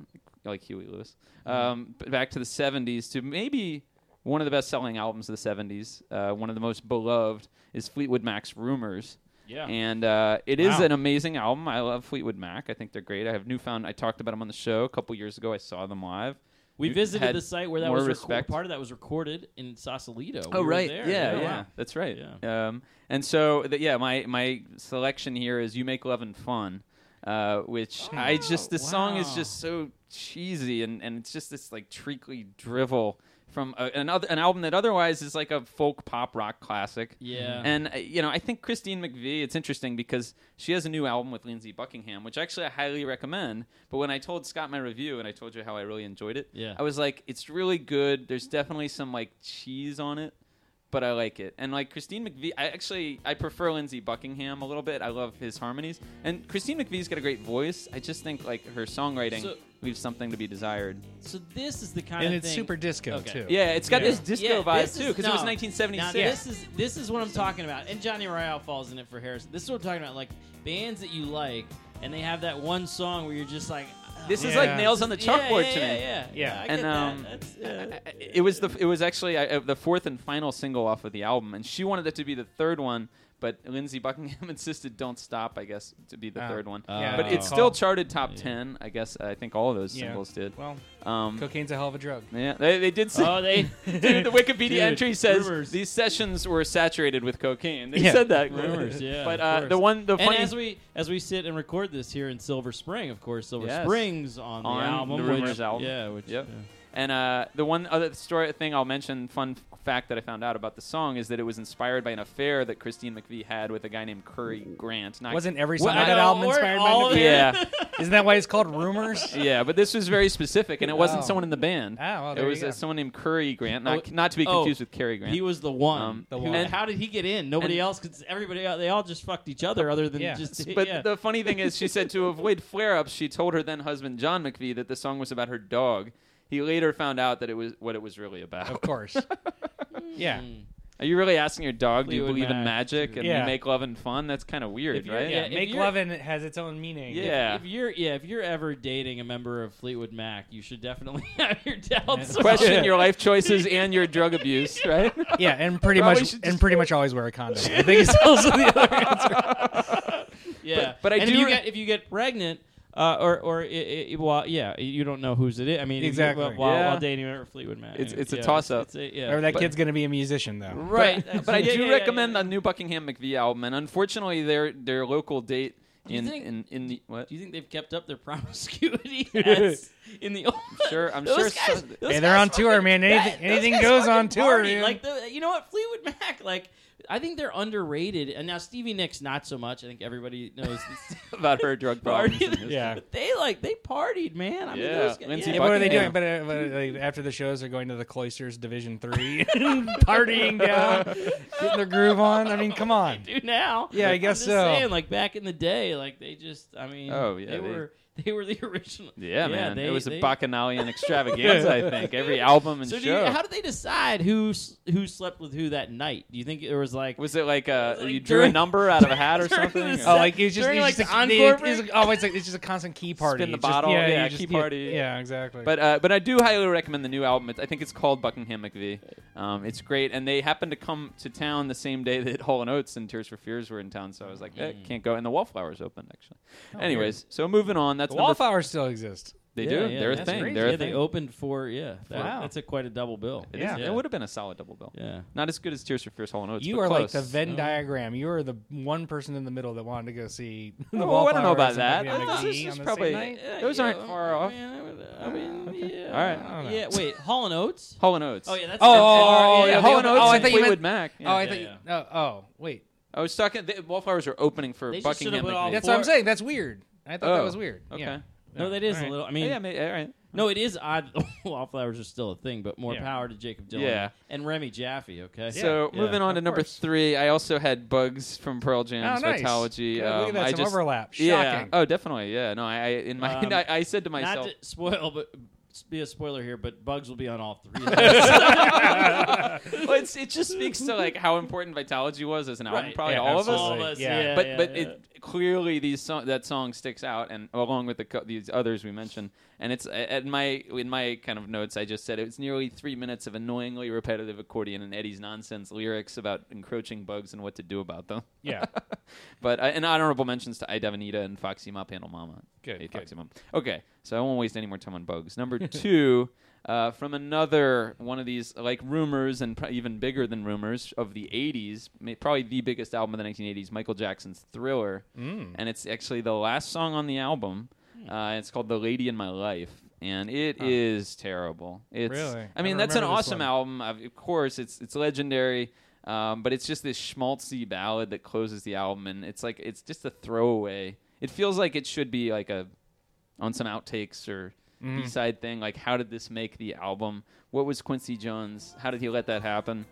like Huey Lewis,
Mm.
um, b- back to the '70s to maybe one of the best-selling albums of the '70s. Uh, one of the most beloved is Fleetwood Mac's "Rumors."
<laughs> Yeah.
And uh, it is
Wow.
an amazing album. I love Fleetwood Mac. I think they're great. I have newfound. I talked about them on the show a couple years ago. I saw them live.
We
We've
visited
had
the site where that
more
was recor-
respect.
part of that was recorded in Sausalito. We
Oh
were
right,
there.
yeah, yeah,
wow.
that's right. Um, and so th- yeah, my my selection here is "You Make Love and Fun," uh, which I just the song is
Oh, wow.
just so cheesy and and it's just this like treacly drivel from a, an other, an album that otherwise is like a folk pop rock classic.
Yeah.
And uh, you know, I think Christine McVie. It's interesting because she has a new album with Lindsey Buckingham, which actually I highly recommend. But when I told Scott my review and I told you how I really enjoyed it,
Yeah.
I was like, it's really good. There's definitely some like cheese on it, but I like it. And like Christine McVie, I actually I prefer Lindsey Buckingham a little bit. I love his harmonies, and Christine McVie's got a great voice. I just think like her songwriting
So-
leaves something to be desired.
So this is the kind
And
of
it's
thing-
super disco,
Okay.
too.
Yeah, it's got
Yeah.
this disco
Yeah,
vibe
this
too
is-
because it was
no.
1976.
Now, this is this is what I'm talking about, and Johnny Royale falls in it for Harrison. This is what I'm talking about, like bands that you like, and they have that one song where you're just like, "Oh,
This is
Yeah.
like nails on the
this is- yeah,
chalkboard
yeah,
to me.
Yeah, yeah,
Yeah.
I
<laughs> And,
get that.
um,
That's- yeah.
I- it was
<laughs>
the it was actually uh, the fourth and final single off of the album, and she wanted it to be the third one, but Lindsey Buckingham <laughs> insisted "Don't Stop," I guess, to be the
Oh.
third one.
Yeah,
but
good
it
it's
still charted top
Ah. Uh, Yeah.
ten. I guess I think all of those
Yeah.
singles did.
Well,
Um,
cocaine's a hell of a drug.
yeah, they, they did. Say,
oh,
<laughs>
they
<laughs> Dude, the Wikipedia
Dude,
entry says
rumors.
these sessions were saturated with cocaine. They
Yeah.
said that.
Rumors, yeah, of
But uh,
course.
the one, the
And
funny
as we as we sit and record this here in Silver Spring, of course, Silver
Yes.
Springs on,
On
the album,
the
which-
Rumors album.
yeah, which
Yep.
yeah.
And uh, the one other story thing I'll mention, fun f- fact that I found out about the song is that it was inspired by an affair that Christine McVie had with a guy named Curry Grant. Not
Wasn't every song
Well,
on
I
that
know,
album
weren't
inspired
all
by
of
the
it?
<laughs> yeah,
Isn't that why it's called Rumors?
yeah, but this was very specific, and it wasn't
Oh.
someone in the band.
Ah, well,
it
there you
was uh,
go.
someone named Curry Grant, not
Oh,
not to be
oh,
confused with Cary Grant.
He was the one.
Um,
The
Who-
one.
And how did he get in? Nobody
and-
else. Cause everybody, they all just fucked each other, other than
Yeah.
just. <laughs>
but
yeah.
the funny thing is, she said to avoid flare-ups, she told her then husband John McVie that the song was about her dog. He later found out that it was what it was really about.
Of course. yeah.
Mm.
Are you really asking your dog? do you
Fleetwood
believe in
Mac,
magic and
Yeah.
you make love and fun? That's kind of weird,
If you're-
right?
Yeah,
Yeah.
if
Make
you're-
love and it has its own meaning.
Yeah.
If you're yeah, if you're ever dating a member of Fleetwood Mac, you should definitely <laughs> have your doubts. about-
<laughs> Question your life choices and your drug abuse, <laughs> right?
Yeah, and pretty
Probably
much
should
and
just-
pretty much always wear
<laughs>
a condom. I think it's also the other answer.
Yeah,
but I
and
do
If you
re-
get if you get pregnant. Uh, or, or i i well, yeah, you don't know who's it is. I mean, if you-
Exactly.
While, while,
Yeah.
while dating a member of Fleetwood Mac,
It's- it's a
Yeah,
toss-up.
It's, it's a, yeah.
Remember that
But-
kid's gonna be a musician though.
Right.
But, but I
Yeah,
do
yeah, yeah,
recommend
yeah.
the new Buckingham McVie album, and unfortunately, their their local date
Do you
in
think-
in, in the what?
Do you think they've kept up their <laughs> promiscuity <laughs> as in the old?
sure- I'm
those
sure
Guys,
some-
those
Hey, they're on
guys
tour,
fucking-
man. Anything-
those
anything
guys
goes
fucking
on tour,
party.
man.
Like the, you know what, Fleetwood Mac. Like I think they're underrated. And now Stevie Nicks, not so much. I think everybody knows <laughs> this
about her
<laughs>
drug
party.
problems. and this-
Yeah.
But <laughs> they like they partied, man. I mean,
Yeah.
those guys-
Lindsey
Yeah,
yeah.
what are they
Buckingham.
doing? But, uh, but like, after the shows, they're going to the cloisters, Division Three, <laughs>
<laughs>
partying down, getting their groove on. I mean, come on.
<laughs> do now.
Yeah, I
I'm
guess
just
so.
Saying, like back in the day, like they just, I mean,
Oh, yeah,
they,
they-
were they were the <laughs> original.
Yeah, man.
they-
it was
they- <laughs>
a bacchanalian extravaganza, I think. Every album and
So do you,
show.
how did they decide who s- who slept with who that night? Do you think it was like
was it like, uh,
Like
you drew
during-
a number out of a hat
<laughs>
or
during
something?
the
Or-
Oh, like it's just,
During,
it's
like,
just
the
a-
encore
it's,
break?
oh, it's like it's just a constant key party.
the
It's just-
bottle, yeah,
you
key party.
Yeah, exactly.
But uh, but I do highly recommend the new album. It's, I think it's called Buckingham McVie. Um, it's great, and they happened to come to town the same day <laughs> that Hall and Oates and Tears for Fears were in town. So I was like, eh, can't go. And the Wallflowers opened actually. Anyways, so moving on. That's
the
number. f-
wallflowers still exist.
they
Yeah,
do.
yeah,
They're a
that's
thing.
crazy.
They're a
yeah,
thing.
they opened for yeah. that-
Wow.
that's a quite a double bill.
It is-
Yeah.
It would have been a solid double bill.
Yeah.
Not as good as Tears for Fears, Hall and Oates.
you
but
are like
close. Oh.
the Venn
No.
diagram. You are the one person in the middle that wanted to go see
Oh,
the
I don't know
Wallflowers
about
and
that.
Buckingham
That's-
McGee
this is
on the
probably-
same night.
Yeah,
Those
yeah,
aren't far
I
off.
mean, I would- I mean, yeah.
All right.
I don't know.
Yeah. Wait. Hall and Oates.
Hall and Oates.
Oh yeah. That's
Oh,
Oh,
Oh,
yeah,
yeah,
Hall
they
and Oates
opened- oh, I
and
thought you
Fleetwood
meant-
Mac. Yeah.
Oh, I
Yeah,
thought.
yeah.
you- Oh, oh, wait.
I was talking. The Wallflowers are opening for
They just should've
Buckingham.
put all
McVie.
That's
four-
what I'm saying. That's weird. I thought
Oh,
that was weird.
okay.
Yeah.
No, that is
All
a
right. Oh,
little. I mean,
yeah, may- all right.
no, it is odd. that <laughs> Wallflowers are still a thing, but more
Yeah.
power to Jacob Dylan.
Yeah.
And Remy Jaffe. Okay.
So
Yeah.
moving on to
of
number
course.
three, I also had Bugs from Pearl Jam's
Oh, nice.
Vitology.
Good, Look at
Um,
that.
I
Some
just-
overlap. Shocking.
yeah. Oh, definitely. Yeah. No, I, I in my
Um,
<laughs> I, I said to myself,
Not to spoil, but be a spoiler here, but Bugs will be on all
<laughs>
three. lists.
well,
<laughs>
it's, it just speaks to like how important Vitology was as an album,
Right.
probably
Yeah,
all
all
of us.
of us.
Yeah.
Yeah.
but
yeah,
but
yeah.
it clearly these song, that song sticks out, and along with the co- these others we mentioned, and it's at my in my kind of notes I just said it's nearly three minutes of annoyingly repetitive accordion and Eddie's nonsense lyrics about encroaching bugs and what to do about them.
Yeah.
But uh, and honorable mentions to Idevanita and Foxy Mop Handle Mama.
Good,
Hey,
good.
Foxy Mom. Okay, so I won't waste any more time on bugs.
<laughs>
Number two, uh, from another one of these like rumors and pr- even bigger than rumors of the '80s, ma- probably the biggest album of the 1980s, Michael Jackson's Thriller,
Mm.
and it's actually the last song on the album. Uh, it's called "The Lady in My Life." And it is terrible. It's,
Really?
I mean,
I
that's an
remember this
awesome
one.
album. Of of course, it's it's legendary. Um, but it's just this schmaltzy ballad that closes the album, and it's like it's just a throwaway. It feels like it should be like a on some outtakes or
Mm-hmm.
B-side thing. Like, how did this make the album? What was Quincy Jones? How did he let that happen?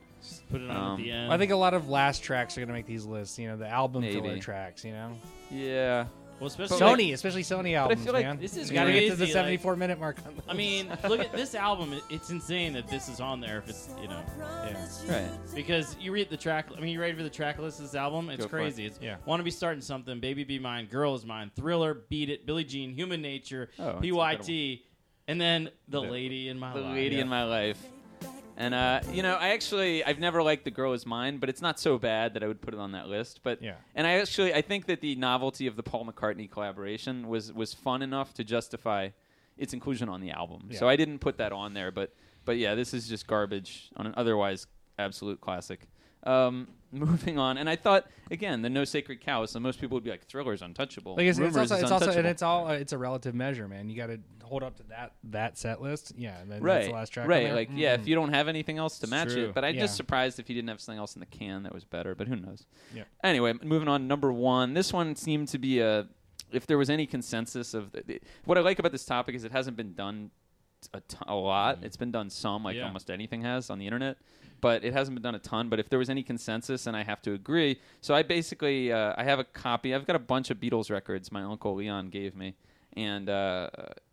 put it on
um,
at the end.
I think a lot of last tracks are going to make these lists. You know, the album filler
Maybe.
tracks. You know,
Yeah,
well, especially
Sony,
like-
especially Sony albums,
feel like
man.
this is
got to get to
crazy,
the
like-
74 minute mark. On the
I mean, look at this album. It- It's insane that this is on there. If it's you know,
yeah.
right.
because you read the track. I mean, you ready for the track list of this album? It's
Go for it.
crazy. It's
Yeah.
Want to be starting something? Baby be mine. Girl is mine. Thriller. Beat it. Billie Jean. Human nature.
Oh, it's
Pyt. And then the lady in my
The
life.
lady in my life. And uh, you know, I actually I've never liked The Girl Is Mine, but it's not so bad that I would put it on that list. But
Yeah.
and I actually I think that the novelty of the Paul McCartney collaboration was was fun enough to justify its inclusion on the album. So
Yeah.
I didn't put that on there, but but yeah, this is just garbage on an otherwise absolute classic. Um, moving on, and I thought again, the No Sacred Cow, so most people would be like, "Thriller's untouchable."
Like I said, it's
Rumours
also,
is
it's also, and
untouchable."
it's all, uh, it's a relative measure, man. You got to hold up to that that set list, yeah. And then
right,
that's the last track, on
right.
there. Mm.
Like, yeah, if you don't have anything else to match
true.
it, but I'm
Yeah.
just surprised if you didn't have something else in the can that was better. But who knows?
Yeah.
Anyway, moving on. Number one, this one seemed to be a. If there was any consensus of the, the- what I like about this topic is it hasn't been done a ton- a lot. It's been done some, like
Mm. Yeah.
almost anything has on the internet, but it hasn't been done a ton. But if there was any consensus, and I have to agree, so I basically uh, I have a copy. I've got a bunch of Beatles records my uncle Leon gave me, and uh,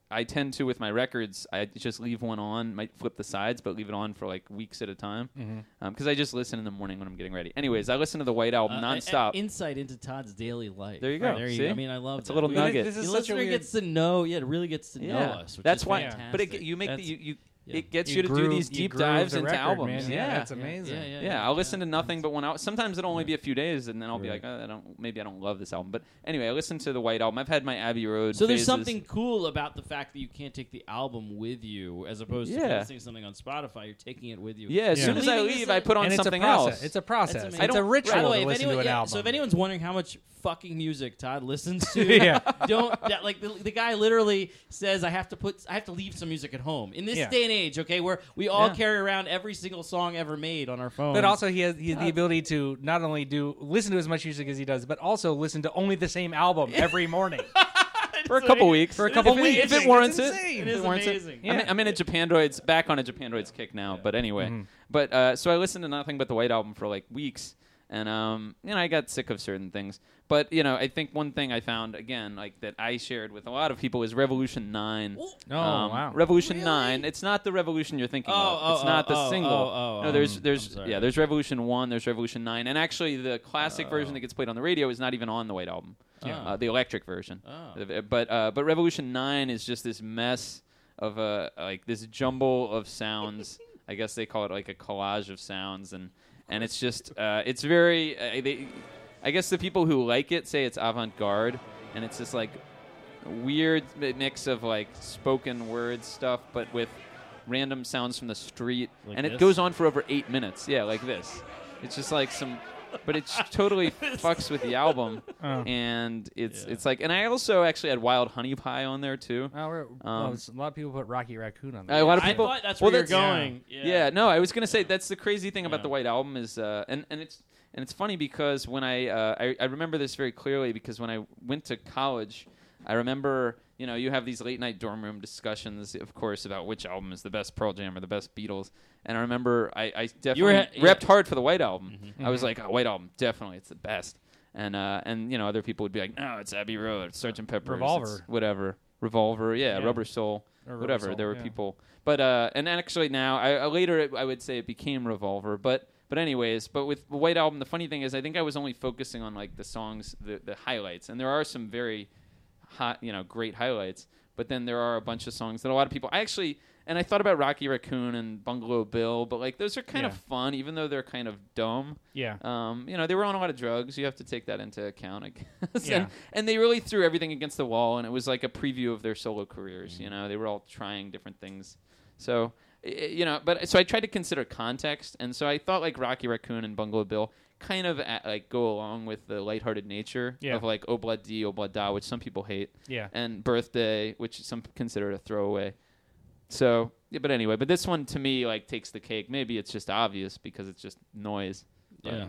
I tend to with my records I just leave one on, might flip the sides, but leave it on for like weeks at a time because
Mm-hmm.
I just listen in the morning when I'm getting ready. Anyways, I listen to the White
Uh,
Album
and- and
nonstop.
insight into Todd's daily life.
There you go.
There you
See?
I mean, I love
It's a
that.
little
We-
nugget.
This is
the
such
listener
a weird.
gets to know. Yeah, it really gets to know
yeah,
us. Which
that's
is
why.
Fantastic.
But it, you make the
That's-
you, you
yeah.
it gets you,
You
to do
groove-
these
you
deep
groove the
dives into
record,
albums.
man. Yeah, that's amazing.
Yeah, yeah,
yeah,
yeah,
I'll listen
yeah.
to nothing but when I sometimes it'll only be a few days and then I'll be
Right.
like oh, I don't maybe I don't love this album but anyway I listen to the White Album I've had my Abbey Road
So there's
phases.
something cool about the fact that you can't take the album with you, as opposed to
Yeah.
listening to something on Spotify. You're taking it with you.
yeah as
Yeah.
soon as I
Leaving is
leave
a-
I put on
and it's
something
a process.
else
It's a process.
amazing.
I
It's a
don't-
ritual
By the way,
to
if
listen
anyone,
to an
yeah,
album.
so if anyone's wondering how much fucking music Todd listens to,
Yeah.
don't that, like the, the guy literally says I have to put I have to leave some music at home. In this
Yeah.
day and age, okay, where we all
Yeah.
carry around every single song ever made on our phone.
But also, he has, he has the ability to not only do listen to as much music as he does, but also listen to only the same album every morning.
<laughs>
for a couple weeks.
For a couple
if it-
weeks.
if
It's
it warrants it.
insane.
It
if
is
warrants it.
amazing.
I'm, in, I'm in a Japandroids back on a Japandroids kick now, but anyway.
Mm-hmm.
But uh, so I listened to nothing but the White album for like weeks, and um, you know I got sick of certain things. But you know I think one thing I found again like that I shared with a lot of people is Revolution Nine.
Oh,
Oh,
Um,
wow.
Revolution
Really?
Nine. It's not the Revolution you're thinking
Oh,
of. It's
oh,
not the
oh, oh,
single.
oh, oh,
no, there's
um, I'm
there's
sorry.
yeah there's Revolution One. There's Revolution Nine, and actually the classic version that gets played on the radio is not even on the White album.
Oh. Yeah.
Uh, the electric version.
Oh.
Uh, But uh, but Revolution Nine is just this mess of uh, like this jumble of sounds. I guess they call it like a collage of sounds, and and it's just uh, it's very. Uh, they, I guess the people who like it say it's avant garde, and it's this like weird mi- mix of like spoken word stuff, but with random sounds from the street,
Like
and it
this?
goes on for over eight minutes. Yeah, like this. It's just like some, but it totally fucks with the album,
Oh.
and it's
Yeah.
it's like, and I also actually had Wild Honey Pie on there too.
Oh, we're- well, it's- a lot of people put Rocky Raccoon on
A
there.
lot of
I
people.
thought that's
well,
where you're
that's-
going. Yeah.
yeah. no, I was gonna say that's the crazy thing about
Yeah.
the White Album is, uh, and and it's and it's funny because when I, uh, I I remember this very clearly because when I went to college, I remember you know you have these late night dorm room discussions, of course, about which album is the best Pearl Jam or the best Beatles, and I remember I, I definitely
were ha- yeah. Mm-hmm.
repped hard for the White Album. I was like, oh, White Album, definitely, it's the best. And uh, and you know other people would be like, no, it's Abbey Road, it's Sgt. Pepper,
Revolver.
whatever, Revolver, yeah,
Yeah.
Rubber Soul,
Or Rubber
whatever.
Soul,
there were
yeah.
people people. But uh, and actually now, I, I later it, I would say it became Revolver. But but anyways, but with the White Album, the funny thing is, I think I was only focusing on like the songs, the the highlights, and there are some very hot, you know, great highlights. But then there are a bunch of songs that a lot of people. I actually and I thought about Rocky Raccoon and Bungalow Bill, but like those are kind of
Yeah.
fun, even though they're kind of dumb.
Yeah.
Um, you know, they were on a lot of drugs. You have to take that into account, I <laughs> guess.
Yeah.
and, and they really threw everything against the wall, and it was like a preview of their solo careers.
Mm.
You know, they were all trying different things. So, i- i- you know, but so I tried to consider context, and so I thought like Rocky Raccoon and Bungalow Bill kind of at, like go along with the lighthearted nature
Yeah.
of like Obla D, Obla Da, which some people hate,
Yeah.
and Birthday, which some consider a throwaway. So, yeah, but anyway, but this one to me like takes the cake. Maybe it's just obvious because it's just noise. but-
Yeah.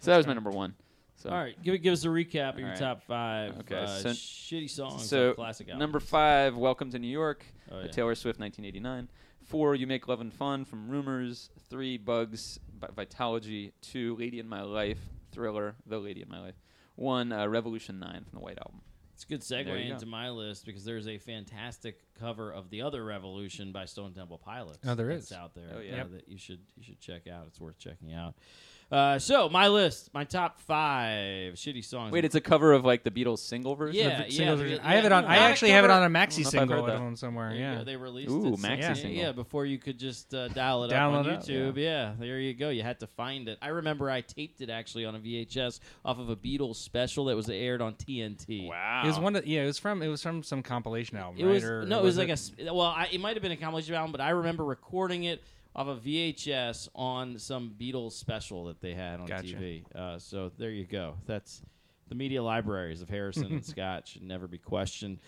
so that was my number one. So
All right, give, give us a recap of your
All right.
top five
Okay,
uh,
so-
shitty songs,
so
of classic albums.
number five, Welcome to New York,
Oh,
by
yeah.
Taylor Swift, 1989. Four, You Make Love and Fun from Rumors. Three, Bugs by Vitalogy. Two, Lady in My Life, Thriller, The Lady in My Life. One, uh, Revolution Nine from the White Album.
It's a good
There you
segue
go.
into my list because there's a fantastic cover of the other Revolution by Stone Temple Pilots.
Oh, there
that's
is.
out there.
Oh, yeah.
uh,
Yep.
that you should you should check out. It's worth checking out. Uh, so my list, my top five shitty songs.
Wait, it's a cover of like the Beatles single version.
yeah,
Of
yeah,
Singles
there-
version.
yeah,
I have it on.
no,
I
not a
actually have it
cover.
on a maxi
I've
single
heard that.
of them somewhere.
There you
Yeah.
go, they released
Ooh,
it.
maxi
yeah,
single.
Yeah, before you could just uh, dial it up
Download
on
it up,
YouTube. Yeah. there you go. You had to find it. I remember I taped it actually on a VHS off of a Beatles special that was aired on TNT.
Wow.
It was one. That, yeah, it was from. It was from some compilation album.
It
right?
was
Or-
no,
or
it was, like a s- well, I, it might have been a compilation album, but I remember recording it off a VHS on some Beatles special that they had on
Gotcha.
TV. Uh, so there you go. That's the media libraries of Harrison <laughs> and Scott should never be questioned.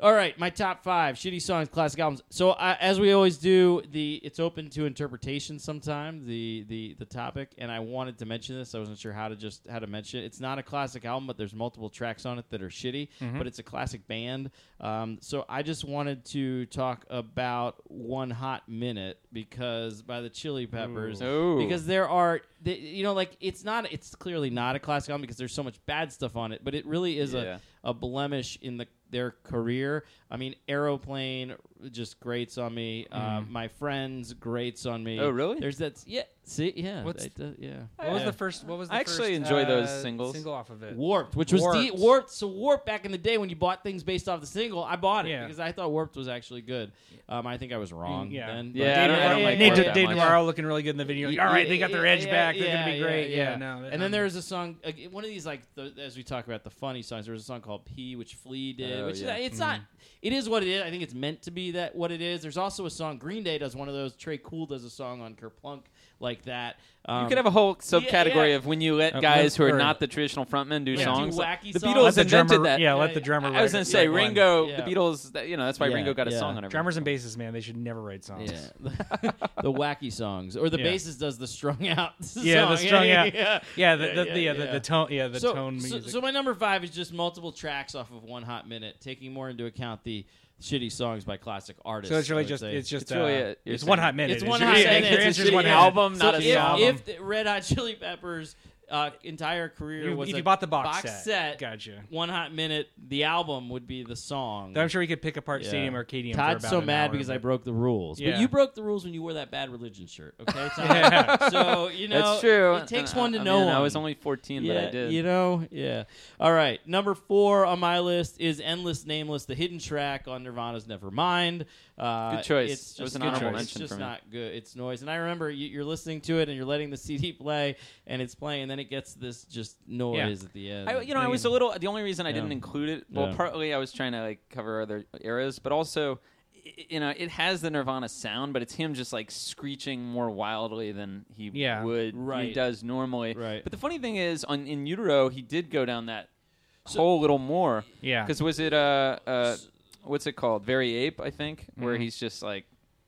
All right, my top five shitty songs, classic albums. So I, as we always do, the it's open to interpretation. Sometime the the the topic, and I wanted to mention this. I wasn't sure how to just how to mention it. It's not a classic album, but there's multiple tracks on it that are shitty. But it's a classic band. Um, so I just wanted to talk about "One Hot Minute" because by the Chili Peppers,
Ooh.
because there are th- you know like it's not it's clearly not a classic album because there's so much bad stuff on it, but it really is
Yeah.
a a blemish in the their career. I mean, Aeroplane just grates on me. Uh, my friends grates on me.
Mm. Oh, really?
There's that. Yeah. See. Yeah.
What's-
it does- yeah.
What was
Yeah.
the first? What was the
I actually
first,
enjoy those
uh,
singles.
Single off of it.
Warped, which was
Warped.
the warped. So warped back in the day when you bought things based off the single, I bought it
Yeah.
because I thought warped was actually good. Um, I think I was wrong.
yeah.
Then,
Yeah, I don't- I don't like
Day,
Warped
Day,
that
Day
much.
Tomorrow looking really good in the video. All right, they got their
yeah,
edge
yeah,
back. They're gonna be
yeah,
great.
yeah,
Yeah,
yeah.
no.
and then there was a song, uh, one of these like the, as we talk about the funny songs. There was a song called "P," which Flea did.
Oh,
which
yeah.
is, it's
Mm-hmm.
not. It is what it is. I think it's meant to be that what it is. There's also a song Green Day does one of those. Trey Cool does a song on Kerplunk like like that. Um,
you could have a whole subcategory
yeah.
of when you let
Uh,
guys who are
or-
not the traditional frontmen do
Yeah.
songs.
Do wacky
the
songs.
Beatles
Let the
invented
drummer,
that.
Yeah,
Yeah,
let the drummer.
I was gonna
going to
say Ringo,
Yeah.
the Beatles. That, you know, that's why
Yeah,
Ringo got a
yeah.
song on every
Drummers and basses, man, they should never write songs.
Yeah. <laughs> the wacky songs or the
Yeah.
bassist does the strung out. <laughs>
Yeah, the
song.
strung
Yeah.
out. Yeah, the,
Yeah,
the,
yeah,
the, yeah,
yeah.
The, the tone, yeah, the
so,
tone
so-
music.
so my number five is just multiple tracks off of one hot minute, taking more into account the shitty songs by classic artists.
So it's
I
really
would
just
say.
it's just
It's really
uh,
a- you're
it's one
saying-
hot minute.
It's one
your-
hot
yeah,
minute.
Your
It's
answer's
just
one
an
hot minute.
album, not
so
a
if,
song.
if the Red Hot Chili Peppers uh, entire career
You-
was
if
a
you bought the box,
set,
gotcha.
one hot minute, the album would be the song.
Though I'm sure we could pick apart
Yeah.
Stadium Arcadium.
Todd's
for about
so
an
mad
hour,
because I
but-
broke the rules. But
Yeah.
you broke the rules when you wore that bad religion shirt,
<laughs>
okay? Todd?
Yeah.
So, you know,
That's true.
it takes
And I-
one to
I
know
mean, I
one.
was only 14,
yeah,
but I did.
You know, yeah. All right. Number four on my list is Endless Nameless, the hidden track on Nirvana's Nevermind. Uh,
Good choice.
It's just
It was an
good
honorable
choice.
mention
It's just
for me.
not good. It's noise. And I remember you, you're listening to it and you're letting the <laughs> CD play and it's playing, and then it gets this just noise at the end.
I, you know, I was a little. The only reason I
Yeah.
didn't include it, well,
Yeah.
partly I was trying to like cover other eras, but also, y- you know, it has the Nirvana sound, but it's him just like screeching more wildly than he
Yeah.
would he
Right.
does normally.
Right.
But the funny thing is, on in utero, he did go down that whole little more.
Yeah.
Because was it uh uh what's it called? Very Ape, I think, where he's just like,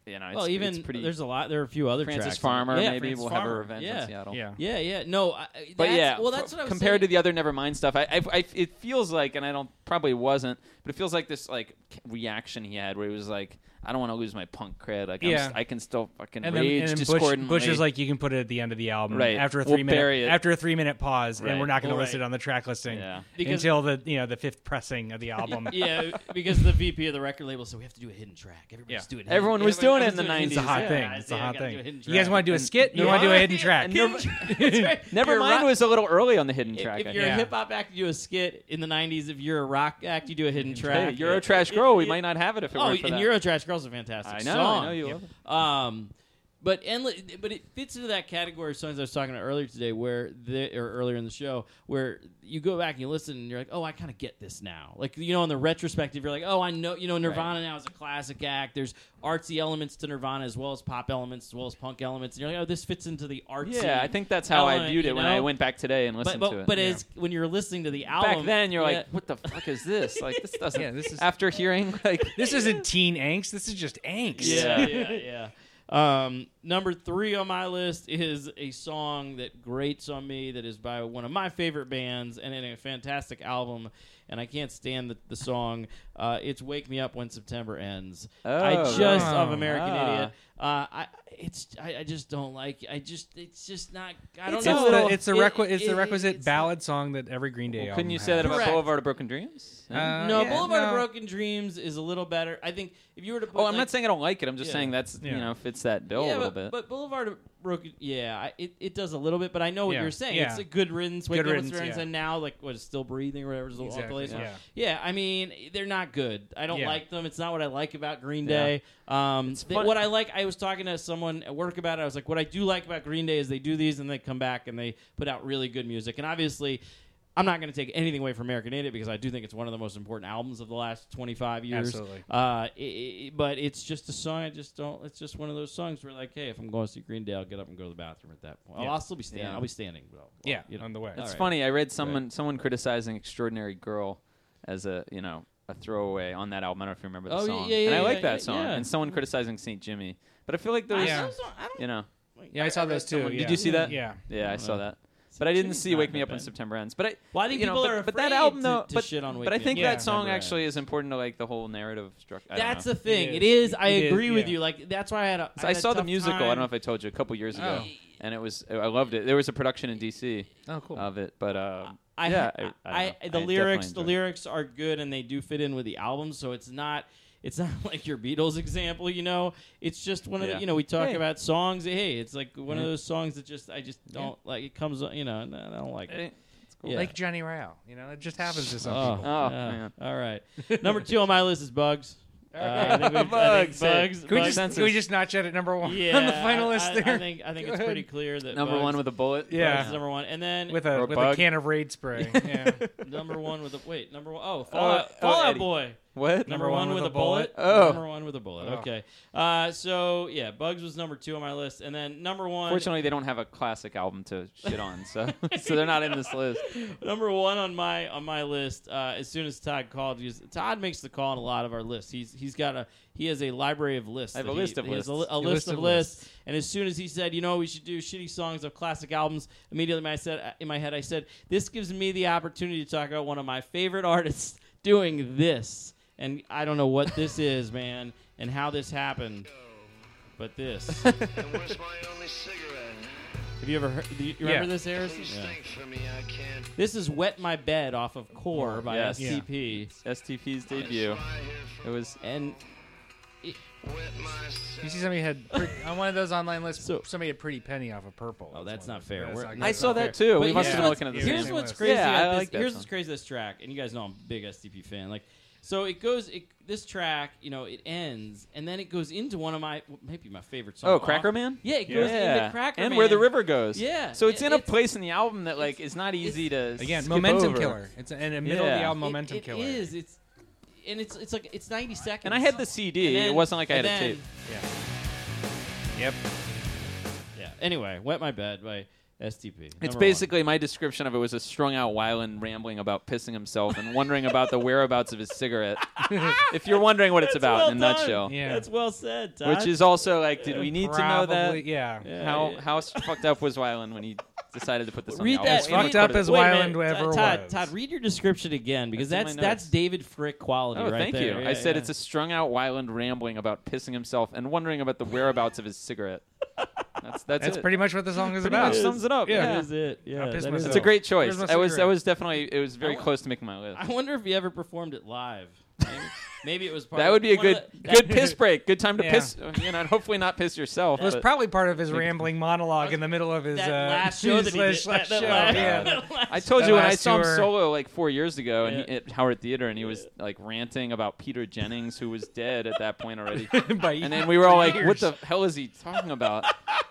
you know, it's,
Mm-hmm. well, even
it's pretty.
there's a lot. There are a few other
Francis
tracks.
Farmer,
Yeah,
maybe
Francis
we'll have a
Farmer.
revenge
yeah.
in Seattle.
Yeah.
Yeah, yeah. No, I, I-
But
that's-
yeah,
well,
f-
that's what I was
compared to
saying.
the other Nevermind stuff, I, I, I, it feels like, and I don't probably wasn't, but it feels like this like c- reaction he had where he was like, "I don't want to lose my punk cred. Like, I'm
Yeah.
st- I can still fucking
And then,
rage
and then Bush,
discordantly."
Bush is like, you can put it at the end of the album,
Right.
After a
We'll
3 minute
bury it.
after a three minute pause,
Right.
and we're not going
Well,
to list
right.
it on the track listing
Yeah.
Because-
until the you know the fifth pressing of the album.
<laughs> yeah, because the VP of the record label said we have to do a hidden track. Everybody's
Yeah.
doing. Hidden,
Everyone was doing it in the
everyone's
It's a
doing
hot
hidden
thing.
tracks. "Ah, Yeah,
It's a
I
hot
gotta do a
thing.
hidden
You guys
track.
want to do a skit? You
Yeah.
want to do a hidden track?
Hidden <laughs> track.
<laughs>
That's right. If you're a
Nevermind
rock-
was a little early on the hidden track.
If,
I
if you're
think.
a
Yeah.
hip hop act, you do a skit. In the '90s, if you're a rock act, you do a hidden
hey,
track.
you're a trash girl. we might not have it if it
Oh,
weren't for
and
that.
Eurotrash Girls is a fantastic
I know, I
song.
know you love it.
Um, but endless, but it fits into that category of songs I was talking about earlier today, where the or earlier in the show, where you go back and you listen and you're like, oh, I kind of get this now. Like you know, in the retrospective, you're like, oh, I know. You know, Nirvana now is a classic act. There's artsy elements to Nirvana as well as pop elements as well as punk elements. And you're like, oh, this fits into the artsy.
yeah, I think that's how I
element,
viewed it
you
when
know?
I went back today and
But
listened
but,
to it.
but as when you're listening to the album
back then, you're
yeah.
like, "What the fuck is this? Like,
<laughs>
this doesn't."
Yeah, this is-
after hearing like <laughs>
This isn't teen angst. This is just angst. <laughs>
Yeah, yeah, yeah. Um, number three on my list is a song that grates on me that is by one of my favorite bands and in a fantastic album, and I can't stand the, the song. Uh, it's "Wake Me Up When September Ends." I
Oh,
just
right.
of American
Ah.
Idiot. Uh, I it's I, I just don't like. I just it's just not. I don't
It's,
know.
a little, it's
It-
the requi- it's
it-
the requisite
it's not-
ballad song that every Green Day.
Well,
album
couldn't you say that
has.
about
oh, Correct.
Boulevard of Broken Dreams?
Uh,
no,
yeah,
Boulevard of
no.
Broken Dreams is a little better. I think if you were to put
oh, I'm
like,
not saying I don't like it. I'm just
Yeah.
saying that's
Yeah.
you know fits that bill
yeah,
a little
but,
bit.
But Boulevard of Broken, yeah, I- it, it does a little bit. But I know what
Yeah,
you're saying.
yeah.
It's a good riddance, wake
Good
up
riddance,
experience,
yeah.
and now like what is still breathing or whatever is the
Exactly,
the latest one.
yeah.
Yeah, I mean they're not good. I don't
Yeah.
like them. It's not what I like about Green
Yeah.
Day. Um,
It's
they-
fun-
what I like, I was talking to someone at work about it. I was like, what I do like about Green Day is they do these and they come back and they put out really good music. And obviously. I'm not going to take anything away from American Idiot because I do think it's one of the most important albums of the last 25 years.
Absolutely.
Uh, i- i- but it's just a song. I just don't. It's just one of those songs where, like, hey, if I'm going to see Green Day, I'll get up and go to the bathroom at that point.
Yeah.
I'll, I'll still be standing.
Yeah.
I'll be standing. But I'll-
Yeah,
you know.
on the way.
it's
All right.
funny. I read someone someone criticizing "Extraordinary Girl" as a you know a throwaway on that album. I don't know if you remember the
Oh, yeah,
song.
yeah,
and I
yeah,
like
yeah,
that
yeah,
song.
yeah.
And someone criticizing Saint Jimmy. But I feel like there
I
was
Yeah.
also- I don't-
you know
like,
Yeah, I saw those too.
Did
yeah.
you see that?
Yeah.
yeah I saw
Uh,
that. But I didn't
Jimmy's
see
not
"Wake Me
that
Up When
bad.
September Ends." But I
Well, I think
you know,
people
but,
are
but that
afraid
album
to-
though.
to
but
shit on Wake
but I
Me Up.
think
Yeah,
that song
remember that.
actually is important to like the whole narrative structure.
That's
know.
the thing.
It
It is.
is.
I
It is,
agree with
yeah.
you. Like that's why I had a.
So I
had a
saw the
tough
musical. I
time.
don't know if I told you a couple years ago,
Oh.
and it was I loved it. There was a production in D.C.
Oh, cool.
of it, but uh,
I,
yeah,
I,
I, I, don't know.
the
I definitely
lyrics the
enjoyed it.
lyrics are good and they do fit in with the album, so it's not it's <laughs> not like your Beatles example, you know. It's just one of
Yeah. Mm-hmm.
the you know we talk
Hey.
about songs. Hey, it's like one of
Yeah.
those songs that just I just don't like. It comes you know and I don't like it.
Eh, It's cool.
Yeah.
Like Johnny Rao, you know, it just happens to some
Oh,
people.
Oh,
yeah.
man.
all right. <laughs>
<laughs>
Number two on my list is bugs. Uh, I think we've- I think
Bugs, yeah.
bugs.
Can we
bugs-
just can we just notch it at number one
yeah,
<laughs> on the final
I-
list
I,
there?
I think I think it's
Good.
pretty clear that
number
bugs,
one with a bullet.
Yeah.
Bugs is number one, and then
with
Or
a with
<laughs>
bug.
a can of raid spray. yeah.
number one with a wait number one oh
oh,
Fallout, Fallout
Eddie.
Boy
What?
Number, one, with a bullet.
Oh.
Number one with a bullet.
Oh.
Okay. Uh, so yeah, Bugs was number two on my list, and then number one.
Fortunately, they don't have a classic album to shit
<laughs>
on, so <laughs> so they're not in this list.
Number one on my on my list. Uh, as soon as Todd called, because Todd makes the call on a lot of our lists. He's he's got a he has a library of lists.
I have
that
a
he-
list of
he has A, li-
lists.
a list of lists. And as soon as he said, you know, we should do shitty songs of classic albums, immediately I said in my head, I said, this gives me the opportunity to talk about one of my favorite <laughs> artists doing this. And I don't know what this is, man, and how this happened, but this. <laughs>
And where's my only cigarette?
Have you ever heard? Do you you
Yeah.
remember this, Harrison?
Please think for me, I can't.
This is "Wet My Bed" off of Core by
Yes.
STP,
STP's debut.
fly here
It was
and
from wet myself.
You see somebody
<laughs>
had pretty, on one of those online lists.
So-
somebody had pretty penny off of purple.
oh, that's
one
not
of-
fair.
that's
We're-
not
I
good.
saw that too.
But
we
here's
must have been
what's-
looking at the
Yeah.
same.
Here's
one.
same
what's
list.
crazy.
Yeah,
at
I
this,
like that
Here's
song.
what's crazy. at This track, and you guys know I'm a big STP fan. Like, so it goes. It, this track, you know, it ends, and then it goes into one of my maybe my favorite songs.
Oh, Cracker Man.
Yeah, it
Yeah.
goes into Cracker
and
Man.
where the river goes.
Yeah.
So it's
Yeah,
in a
it's-
place in the album that like is not easy to
Again,
skip
momentum
over.
killer. It's in the middle of
Yeah.
the album,
It-
momentum
it
killer.
is. It's and it's it's like it's 90 seconds.
And I had the CD.
And
it
then-
wasn't like I had
and
a
then-
tape.
Yeah. Yep.
Yeah. Anyway, "Wet My Bed" by STP.
It's
Number one.
basically my description of it was a strung out Weiland rambling about pissing himself and wondering about the whereabouts of his
<laughs>
cigarette. if you're wondering what it's
That's
about
well
in a
done.
nutshell,
Yeah.
That's well said, Todd.
which is also like, did we need to know
Probably-
that?
Yeah.
Yeah,
how
yeah.
how fucked up was Weiland when he decided to put this on
Read
the
that.
album?
As fucked
read-
up as
wait a
Weiland
minute,
ever
Todd,
was.
Todd, read your description again because
That's
that's
in my
that's,
notes.
David Frick quality
Oh,
right
thank
there.
you.
Yeah,
I said
yeah.
it's a strung out Weiland rambling about pissing himself and wondering about the whereabouts of his cigarette. That's that's,
That's
it.
pretty much what the song is
Pretty
about.
much sums it up.
Yeah.
That
yeah.
is it. Yeah,
pissed
that is
myself.
It's a great choice.
Where's my
I was I
cigarette?
was definitely it was very
I wa-
close to making my list.
I wonder if he ever performed it live. Maybe, maybe it was part.
That
of-
would be a
one of
good
the- <laughs>
good
that-
piss break. Good time to
Yeah.
piss. You know, and hopefully not piss yourself.
It was
but-
probably part of his rambling monologue in the middle of his
That
uh,
last show that he
last-
did.
last
that, that
show.
last-
yeah.
<laughs> that last-
I told
That
you when I
last
saw him
tour-
solo like four years ago and
Yeah.
he, at Howard Theater, and he was like ranting about Peter Jennings, who was dead at that
<laughs>
point already.
<laughs> By
and then we were all like, "What the hell is he talking about?"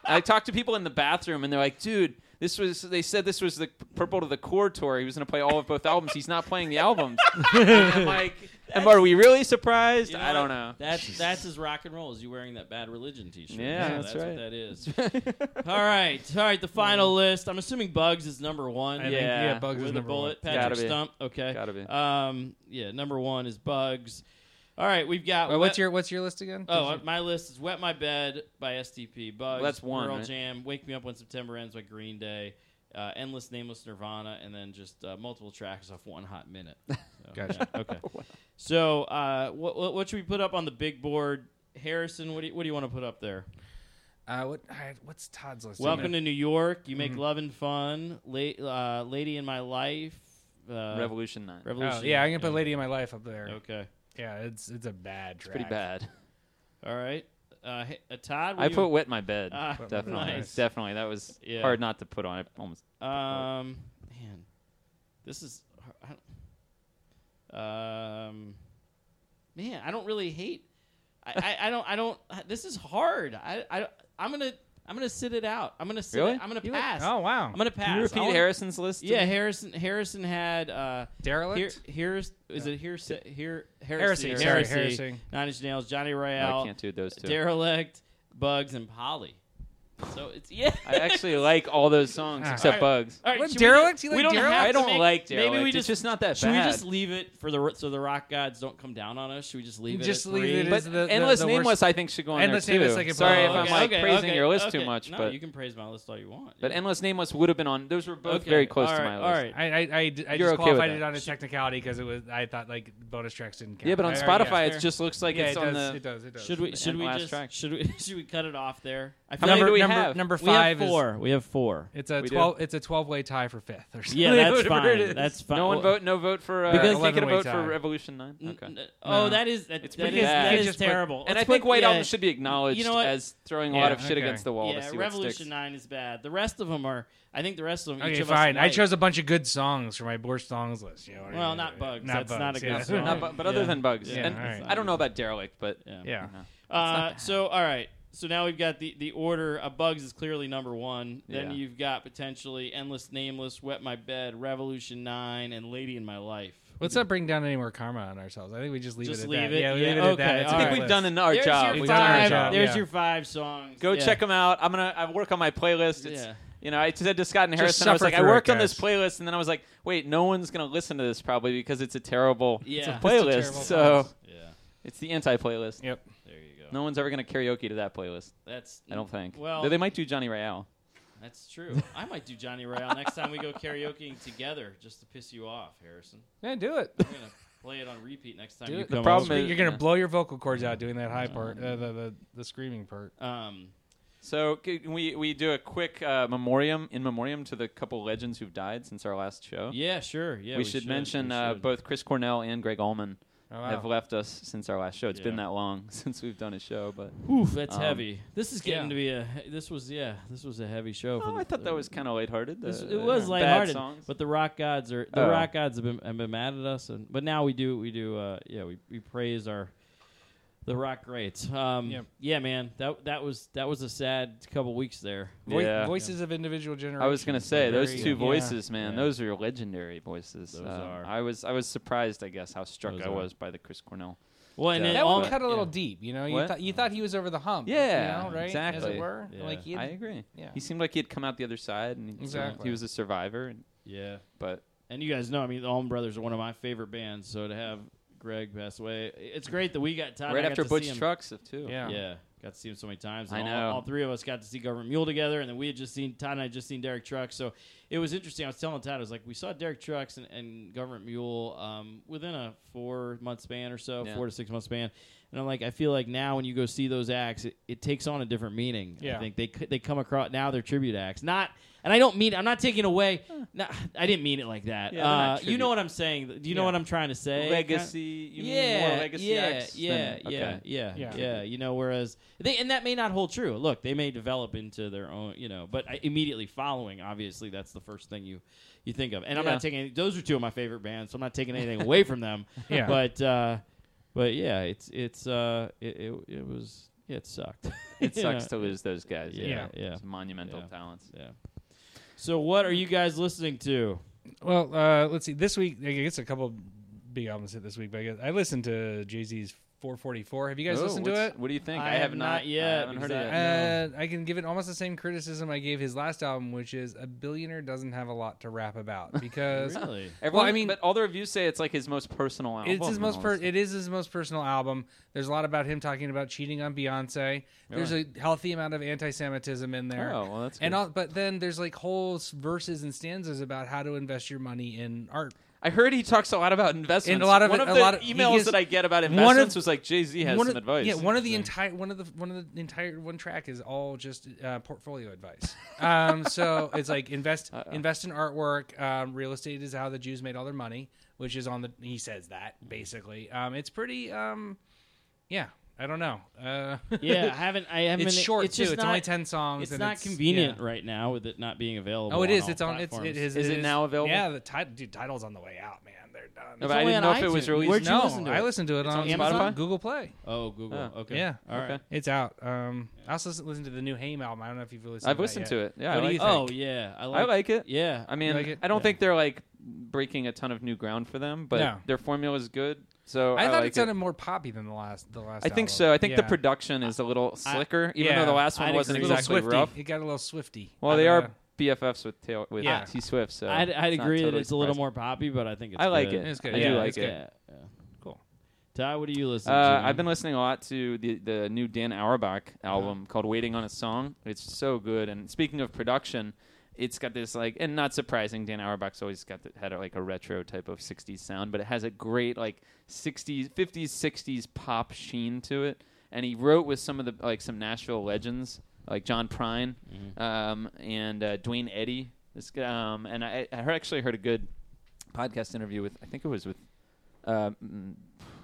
I talked to people in the bathroom, and they're like, "Dude, this was." They said this was the Purple to the Core tour. He was going to play all of both albums. He's not playing
<laughs>
the albums. and I'm like, "Am- "Are we really surprised?"
You
I
what?
don't know.
That's that's as rock and roll as you wearing that bad religion T-shirt. So
Yeah, that's
what
right.
that is. all right, all right. The final list. I'm assuming Bugs is number one.
<laughs> I think,
Yeah.
yeah, Bugs
with
is
a
number
bullet.
one.
Patrick
Gotta be.
Stump. Okay.
Gotta be.
Um, yeah, number one is Bugs. All right, we've got.
one. Well, Uh, what's
Wet-
your what's your list again?
Oh, uh, my list is "Wet My Bed" by STP. Bugs.
that's one,
Pearl
right?
Jam. "Wake Me Up When September Ends" by Green Day. Uh, "Endless Nameless" Nirvana, and then just uh, multiple tracks off one hot
<laughs>
minute. So,
Gotcha.
yeah, okay. So, uh, what, what what should we put up on the big board? Harrison, what do you, what do you want to put up there?
uh, what, I, what's Todd's list?
Welcome to New York. You make love and fun. La- uh, Lady in my life. Uh,
<laughs> Revolution Nine.
Revolution.
Oh, yeah, I'm gonna put "Lady in My Life" up there.
Okay.
Yeah, it's it's a bad track.
Pretty bad.
All right. Uh, hey, uh, Todd, what
I
do
put "Wet My Bed."
Ah,
<laughs> definitely,
nice.
definitely. That was
Yeah.
hard not to put on. I almost
you, um, man, this is, har- I don't- um, man, I don't really hate. I, I, I don't I don't. This is hard. I I I'm gonna I'm gonna sit it out. I'm gonna sit.
Really?
It, I'm gonna
You like-
pass.
Oh wow.
I'm gonna pass.
Can you
I
repeat
wanna-
Harrison's list? to
Yeah,
me?
Harrison. Harrison had uh,
Derelict.
here. Here's is it hearsay? Here, heresy.
Heresy,
Heresy.
sorry, heresy.
Nine Inch Nails. Johnny
No,
Royale.
I can't do those two.
derelict, bugs, and Polly. So it's yeah.
I actually like all those songs
Ah.
Alright.
except Bugs.
<laughs> All right,
What,
should we-
Derelict? You
we
like
don't
Derelict?
have
I
to
don't
make-
like
maybe
Derelict.
we
it's just not that
should
bad.
we just leave it for the ro- so the rock gods don't come down on us? Should we just leave it?
Just
at
leave
three?
it
but
is the- the-
Endless
the worst-
Nameless, I think, should go on
Endless
there too.
Nameless, I could
Sorry
put
if
on.
I'm
Okay,
like
okay,
praising
okay,
your list
okay.
too much,
No,
but
you can praise my list all you want.
but
yeah.
Endless Nameless would have been on. Those were both
Okay,
very close
all
to
right,
my
all right.
list.
I I I, d- I
You're
just
okay with
qualified
that.
it on a technicality because it was I thought like bonus tracks didn't count.
Yeah, but on
I- I-
Spotify,
fair.
it just looks like
yeah,
it's
it
on
does,
the. <laughs>
it does. It does.
should we
And
should we
last
just
track.
should we <laughs> should we cut it off there? I
How
feel
many
like
do we
number,
have?
Number
we have
five is
four. we have four.
it's a
We do.
twelve it's a twelve way tie for fifth
<laughs>
or something.
Yeah, that's
Whatever it
fine.
is.
That's fine.
No one
Well,
vote. No vote for. Uh,
Because-
because thinking a
11-way
vote for
tie.
Revolution Nine.
N-
Okay.
n- Oh,
No.
that is that, that
pretty
is-
bad.
that
You
is
just put-
terrible.
And
Let's
I think
put-
White
yeah,
Album should be acknowledged
You know what?
as throwing a
Yeah,
lot of shit
okay.
against the wall to
Yeah,
see what
Revolution
sticks.
Nine is bad. The rest of them are. I think the rest of them. each
Okay,
of us
fine. I
like.
chose a bunch of good songs for my worst songs list. You know what I
Well,
mean?
not Bugs.
Not
That's
Bugs,
not a good
yeah.
song.
Not bu- but other
Yeah.
than Bugs,
Yeah,
and
alright.
I don't know about Derelict, but
Yeah.
<laughs>
Yeah.
you know.
Uh, so all right. So now we've got the the order. Uh, Bugs is clearly number one. Then
Yeah.
you've got potentially endless, nameless, wet my bed, Revolution Nine, and Lady in My Life.
Let's not bring down any more karma on ourselves. I think we just leave
Just
it at
leave
that.
it?
Yeah,
Yeah,
leave it at
okay,
that. It's
all
I think
a
right.
good
we've
list.
done an- our
There's
job.
Your
We've
five,
done our job,
There's
yeah.
your five songs.
Go
yeah.
check them out. I'm gonna I work on my playlist. It's,
Yeah.
You know, I said to Scott and
Just
Harrison, I was
suffer
like, I
through it,
worked on this
guys.
playlist, and then I was like, wait, no one's gonna listen to this probably because it's a terrible
Yeah. It's a
playlist.
terrible
so
playlist.
Yeah,
it's the anti-playlist.
Yep.
there you go.
No one's ever gonna karaoke to that playlist.
That's
I don't think.
Well,
Though they might do Johnny Royale.
that's true. I might do Johnny Royale next time we go karaokeing together, just to piss you off, Harrison.
Yeah, do it.
I'm gonna play it on repeat next time
Do
you
it. The
come
problem
over.
is-
You're gonna
yeah.
blow your vocal cords out doing that high part, uh, the, the the screaming part.
um,
So can we we do a quick uh, memoriam in memoriam to the couple legends who've died since our last show.
yeah, sure. Yeah,
we, should, mention
we
Uh,
should.
both Chris Cornell and Greg Allman
Oh,
have left us since our last show. It's been
Yeah.
that long <laughs> since we've done a show, but
Oof, that's
um,
heavy. This is getting
yeah.
to be a. This was yeah. This was a heavy show. for
oh,
the, uh,
I thought that was kind of lighthearted.
This,
the-
it was
uh, bad
lighthearted,
songs.
but the rock gods are the
Oh.
rock gods have been, have been mad at us, and but now we do we do uh, yeah we, we praise our the rock greats. Um,
Yep.
Yeah, man, that that was that was a sad couple weeks there.
Voi-
Yeah.
Voices of individual generation.
I was gonna say those
Very-
two
yeah.
voices, man.
Yeah.
Those are legendary voices.
Those
Uh,
are.
I was I was surprised, I guess, how struck
Those
I
are.
was by the Chris Cornell.
Well, and
Yeah.
then
That
That
all
one cut a little deep, you know. You
What?
thought you thought he was over the hump.
Yeah,
you know, right? As
exactly.
it were.
Yeah.
Like he
I
had,
agree.
yeah.
He seemed like he had come out the other side, and he,
Exactly.
he was a survivor. And,
yeah.
but
And you guys know, I mean, the Allman Brothers are one of my favorite bands. So to have Greg pass away, it's great that we got time.
right
I got
after
to see
Butch
him.
Trucks, too.
yeah.
Yeah, got to see him so many times.
I
and
know.
All, all three of us got to see Government Mule together, and then we had just seen Todd and I had just seen Derek Trucks. So it was interesting. I was telling Todd, I was like, we saw Derek Trucks and, and Government Mule um, within a four month span or so,
Yeah.
four to six month span. And I'm like, I feel like now when you go see those acts, it, it takes on a different meaning. I
Yeah.
think they c- they come across now they're tribute acts, not. And I don't mean I'm not taking away. No, I didn't mean it like that.
Yeah, they're not
uh, you
tribute.
know what I'm saying. Do you know
Yeah.
what I'm trying to say?
Legacy, you mean more legacy
yeah,
acts?
Yeah,
than-
yeah,
okay.
yeah, yeah,
Yeah.
You know, whereas they and that may not hold true. Look, they may develop into their own, you know, but I, immediately following, obviously, that's the first thing you you think of. And I'm
Yeah.
not taking those are two of my favorite bands, so I'm not taking anything away from them.
<laughs> Yeah.
but uh, but yeah, it's it's uh, it, it it was yeah, it sucked. <laughs>
It
You
sucks
know?
to lose those guys.
Yeah, yeah.
Those monumental
Yeah.
talents.
Yeah. So what are you guys listening to?
Well, uh, let's see. This week, I guess a couple big albums hit this week, but I, guess, I listened to Jay Z's 444. Have you guys
Oh,
listened to
what's-
it?
What do you think?
I have not yet,
I haven't heard it
because
yet.
I-
Uh, I can give it almost the same criticism I gave his last album, which is a billionaire doesn't have a lot to
<laughs>
rap about
Uh,
because
Really?
Everyone,
Uh, I mean-
but all the reviews say it's like his most personal album.
It's his
and
most
all
per-
this
it is his most personal album. There's a lot about him talking about cheating on Beyonce. There's a healthy amount of anti-Semitism in
stuff.
there.
Oh, well, that's good.
and all, but then there's like whole s- verses and stanzas about how to invest your money in art.
I heard he talks a lot about investments.
And a lot of
one
it-
of
a
the
lot of- he
emails
gives-
that I get about
one of-
investments was like Jay Z has
one
some
of,
advice.
Yeah, one of the entire one of the one of the entire one track is all just uh, portfolio advice. um, so it's like invest invest in artwork. Um, real estate is how the Jews made all their money, which is on the he says that basically. Um, it's pretty. Um, yeah, I don't know. Uh,
Yeah,
<laughs>
I haven't. I haven't.
it's short
it's
too.
just
It's only
not-
ten songs.
It's
and
not
it's,
convenient
yeah.
right now with it not being available.
Oh, it is.
all
It's on. It's it
platforms.
is.
Is it now available?
Yeah, the title. Dude, title's on the way out, man. They're done.
No, but I
only
didn't know
on
if it was
iTunes.
released.
Where'd you
no,
listen to
I
it?
listened to it
It's
on,
on
Amazon?
Spotify, Google Play.
Oh, Google.
Oh,
okay.
Yeah.
All right.
Okay.
It's out. Um, I also s- listened to the new Haim album. I don't know if you've listened.
I've
to
listened to it. Yeah,
What
I
do
like,
you
Oh
think?
yeah, I like.
I like it.
Yeah.
I mean,
like it?
I don't
Yeah.
think they're like breaking a ton of new ground for them, but
No.
their formula is good. So
I, thought
like
it sounded more poppy than the last. The last.
I think
album.
so. I think the
Yeah.
production is a little slicker, even
Yeah.
though the last one
I'd
wasn't
agree.
It's a little
exactly
swifty.
rough.
It got a little swifty.
Well,
I
they
don't
are
know.
BFFs with Taylor, with
Yeah.
T Swift. So
I'd, I'd
it's not
agree that
totally
it's a little
surprising.
more poppy, but I think it's
I like
good.
it.
It's good.
I
Yeah,
do like
it's
it.
good.
Yeah. yeah.
Cool.
Ty, what do you listen
Uh,
to? Uh-huh.
I've been listening a lot to the, the new Dan Auerbach album called Waiting on a Song. It's so good. And speaking of production, it's got this like, and not surprising, Dan Auerbach's always got the, had a, like a retro type of '60s sound, but it has a great like '60s, '50s, '60s pop sheen to it. And he wrote with some of the like some Nashville legends like John Prine
Mm-hmm.
um, and uh, Dwayne Eddy. This guy- um, and I, I heard, actually heard a good podcast interview with I think it was with uh, mm,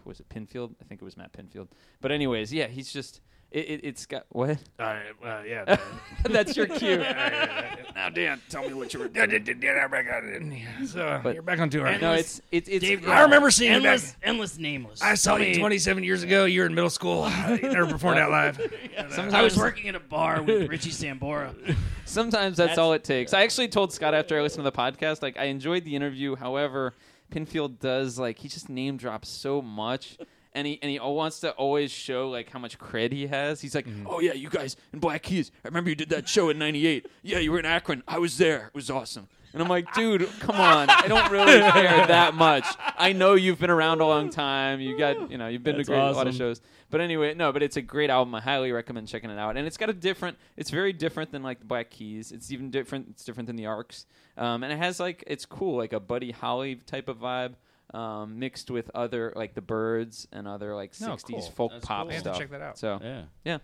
was it Pinfield? I think it was Matt Pinfield. But anyways, yeah, he's just it, it, it's got what? <laughs>
Uh, well, yeah. Dan.
That's your cue.
now, Dan, tell me what you were doing.
So
But-
you're back on tour.
no, it's it's it's.
I remember seeing you back.
endless, endless nameless.
I saw you 27 years ago. You were in
<laughs>
middle school. You never performed out live.
I was working in a bar <laughs> with Richie Sambora.
Sometimes that's, all it takes. I actually told Scott after I listened to the podcast, like I enjoyed the interview. However, Pinfield does like he just name drops so much. And he, and he al- wants to always show like how much cred he has. He's like,
Mm-hmm.
oh yeah, you guys in Black Keys. I remember you did that show in '98. Yeah, you were in Akron. I was there. It was awesome. And I'm like, dude, come on. I
<laughs>
don't really care that much. I know you've been around a long time. You got, you know, you've been
That's
to great, a lot
awesome.
of shows shows. But anyway, no, but it's a great album. I highly recommend checking it out. And it's got a different. It's very different than like the Black Keys. It's even different. It's different than the Arcs. Um, and it has like it's cool, like a Buddy Holly type of vibe. Um, mixed with other like the birds and other like
No,
60s
cool.
folk
That's
pop
cool. I have
to
stuff.
check that out.
So
Yeah.
yeah,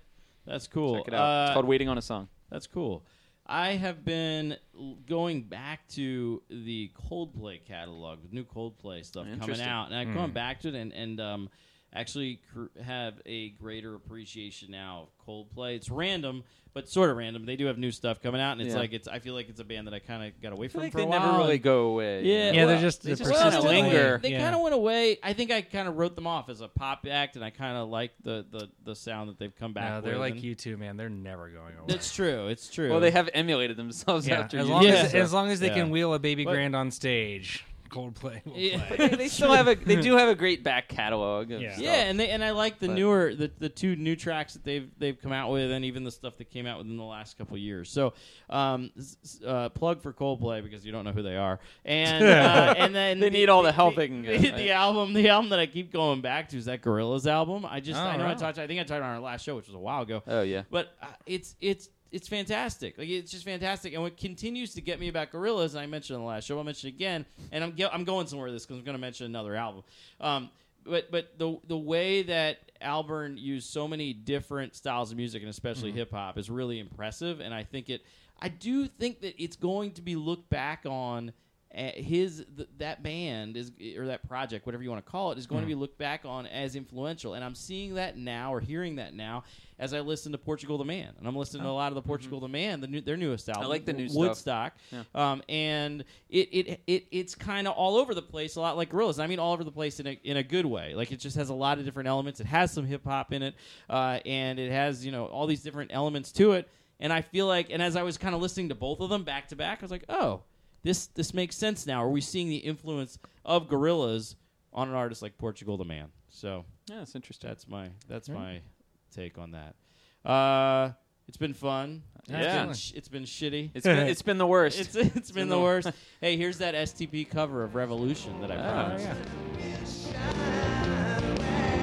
That's cool.
check it out. it's
Uh,
called Waiting on a Song.
That's cool. I have been l- going back to the Coldplay catalog, new Coldplay stuff coming
Interesting. Hmm.
out, and I've gone back to it and and um, actually cr- have a greater appreciation now of Coldplay. It's random, but sort of random. They do have new stuff coming out, and it's
Yeah.
like it's. I feel like it's a band that I kind of got away
I feel
from
like
for a
they
while.
never really
and-
go away.
yeah,
Yeah, they're
well,
just-
they
they're
kinda
persistent.
went away.
Linger.
They
Yeah.
kind of went away. I think I kind of wrote them off as a pop act, and I kind of like the, the the sound that they've come back.
No, they're
with,
like
and-
you two, man. They're never going away.
It's true. It's true.
Well, they have emulated themselves
yeah,
after
as
you
long
did,
as,
so. <laughs>
as long as they can
Yeah.
wheel a baby
But-
grand on stage, Coldplay will
Yeah.
<laughs>
<laughs>
play.
But they, they still have a they do have a great back catalog. Of
Yeah.
stuff.
Yeah, and they and I like the
But-
newer the, the two new tracks that they've they've come out with, and even the stuff that came out within the last couple of years. So, um, s- s- uh, plug for Coldplay because you don't know who they are, and
<laughs>
uh, and then
They need all the help they can
<laughs>
get,
The,
right?
the album, the album that I keep going back to is that Gorillas album. I just I
Oh,
know I
right.
talked, I think I talked about it on our last show, which was a while ago.
Oh yeah.
But uh, it's it's it's fantastic. Like it's just fantastic. And what continues to get me about Gorillas, and I mentioned in the last show, I'll mention it again. And I'm ge- I'm going somewhere with this because I'm going to mention another album. Um, but but the the way that Alburn used so many different styles of music and especially
Mm-hmm.
hip hop is really impressive. And I think it. I do think that it's going to be looked back on. a- His th- that band is or that project, whatever you want to call it, is going
Mm-hmm.
to be looked back on as influential, and I'm seeing that now or hearing that now as I listen to Portugal the Man, and I'm listening to a lot of the Portugal the Man, the new, their newest album.
Oh. Mm-hmm. like the new stuff.
Woodstock, um, and it it, it it's kind of all over the place, a lot like Gorillaz. And I mean, all over the place in a in a good way. Like it just has a lot of different elements. It has some hip hop in it, uh, and it has you know all these different elements to it. And I feel like, and as I was kind of listening to both of them back to back, I was like, oh, this this makes sense now. Are we seeing the influence of Gorillaz on an artist like Portugal the Man? So
Yeah, it's interesting.
that's my that's my take on that. Uh, it's been fun.
Yeah.
It's been, sh- it's been shitty.
It's been, it's been the worst.
It's, it's been
been
the
the-
worst. hey, here's that STP cover of Revolution that I
Ah,
promised.
yeah.
Shine away.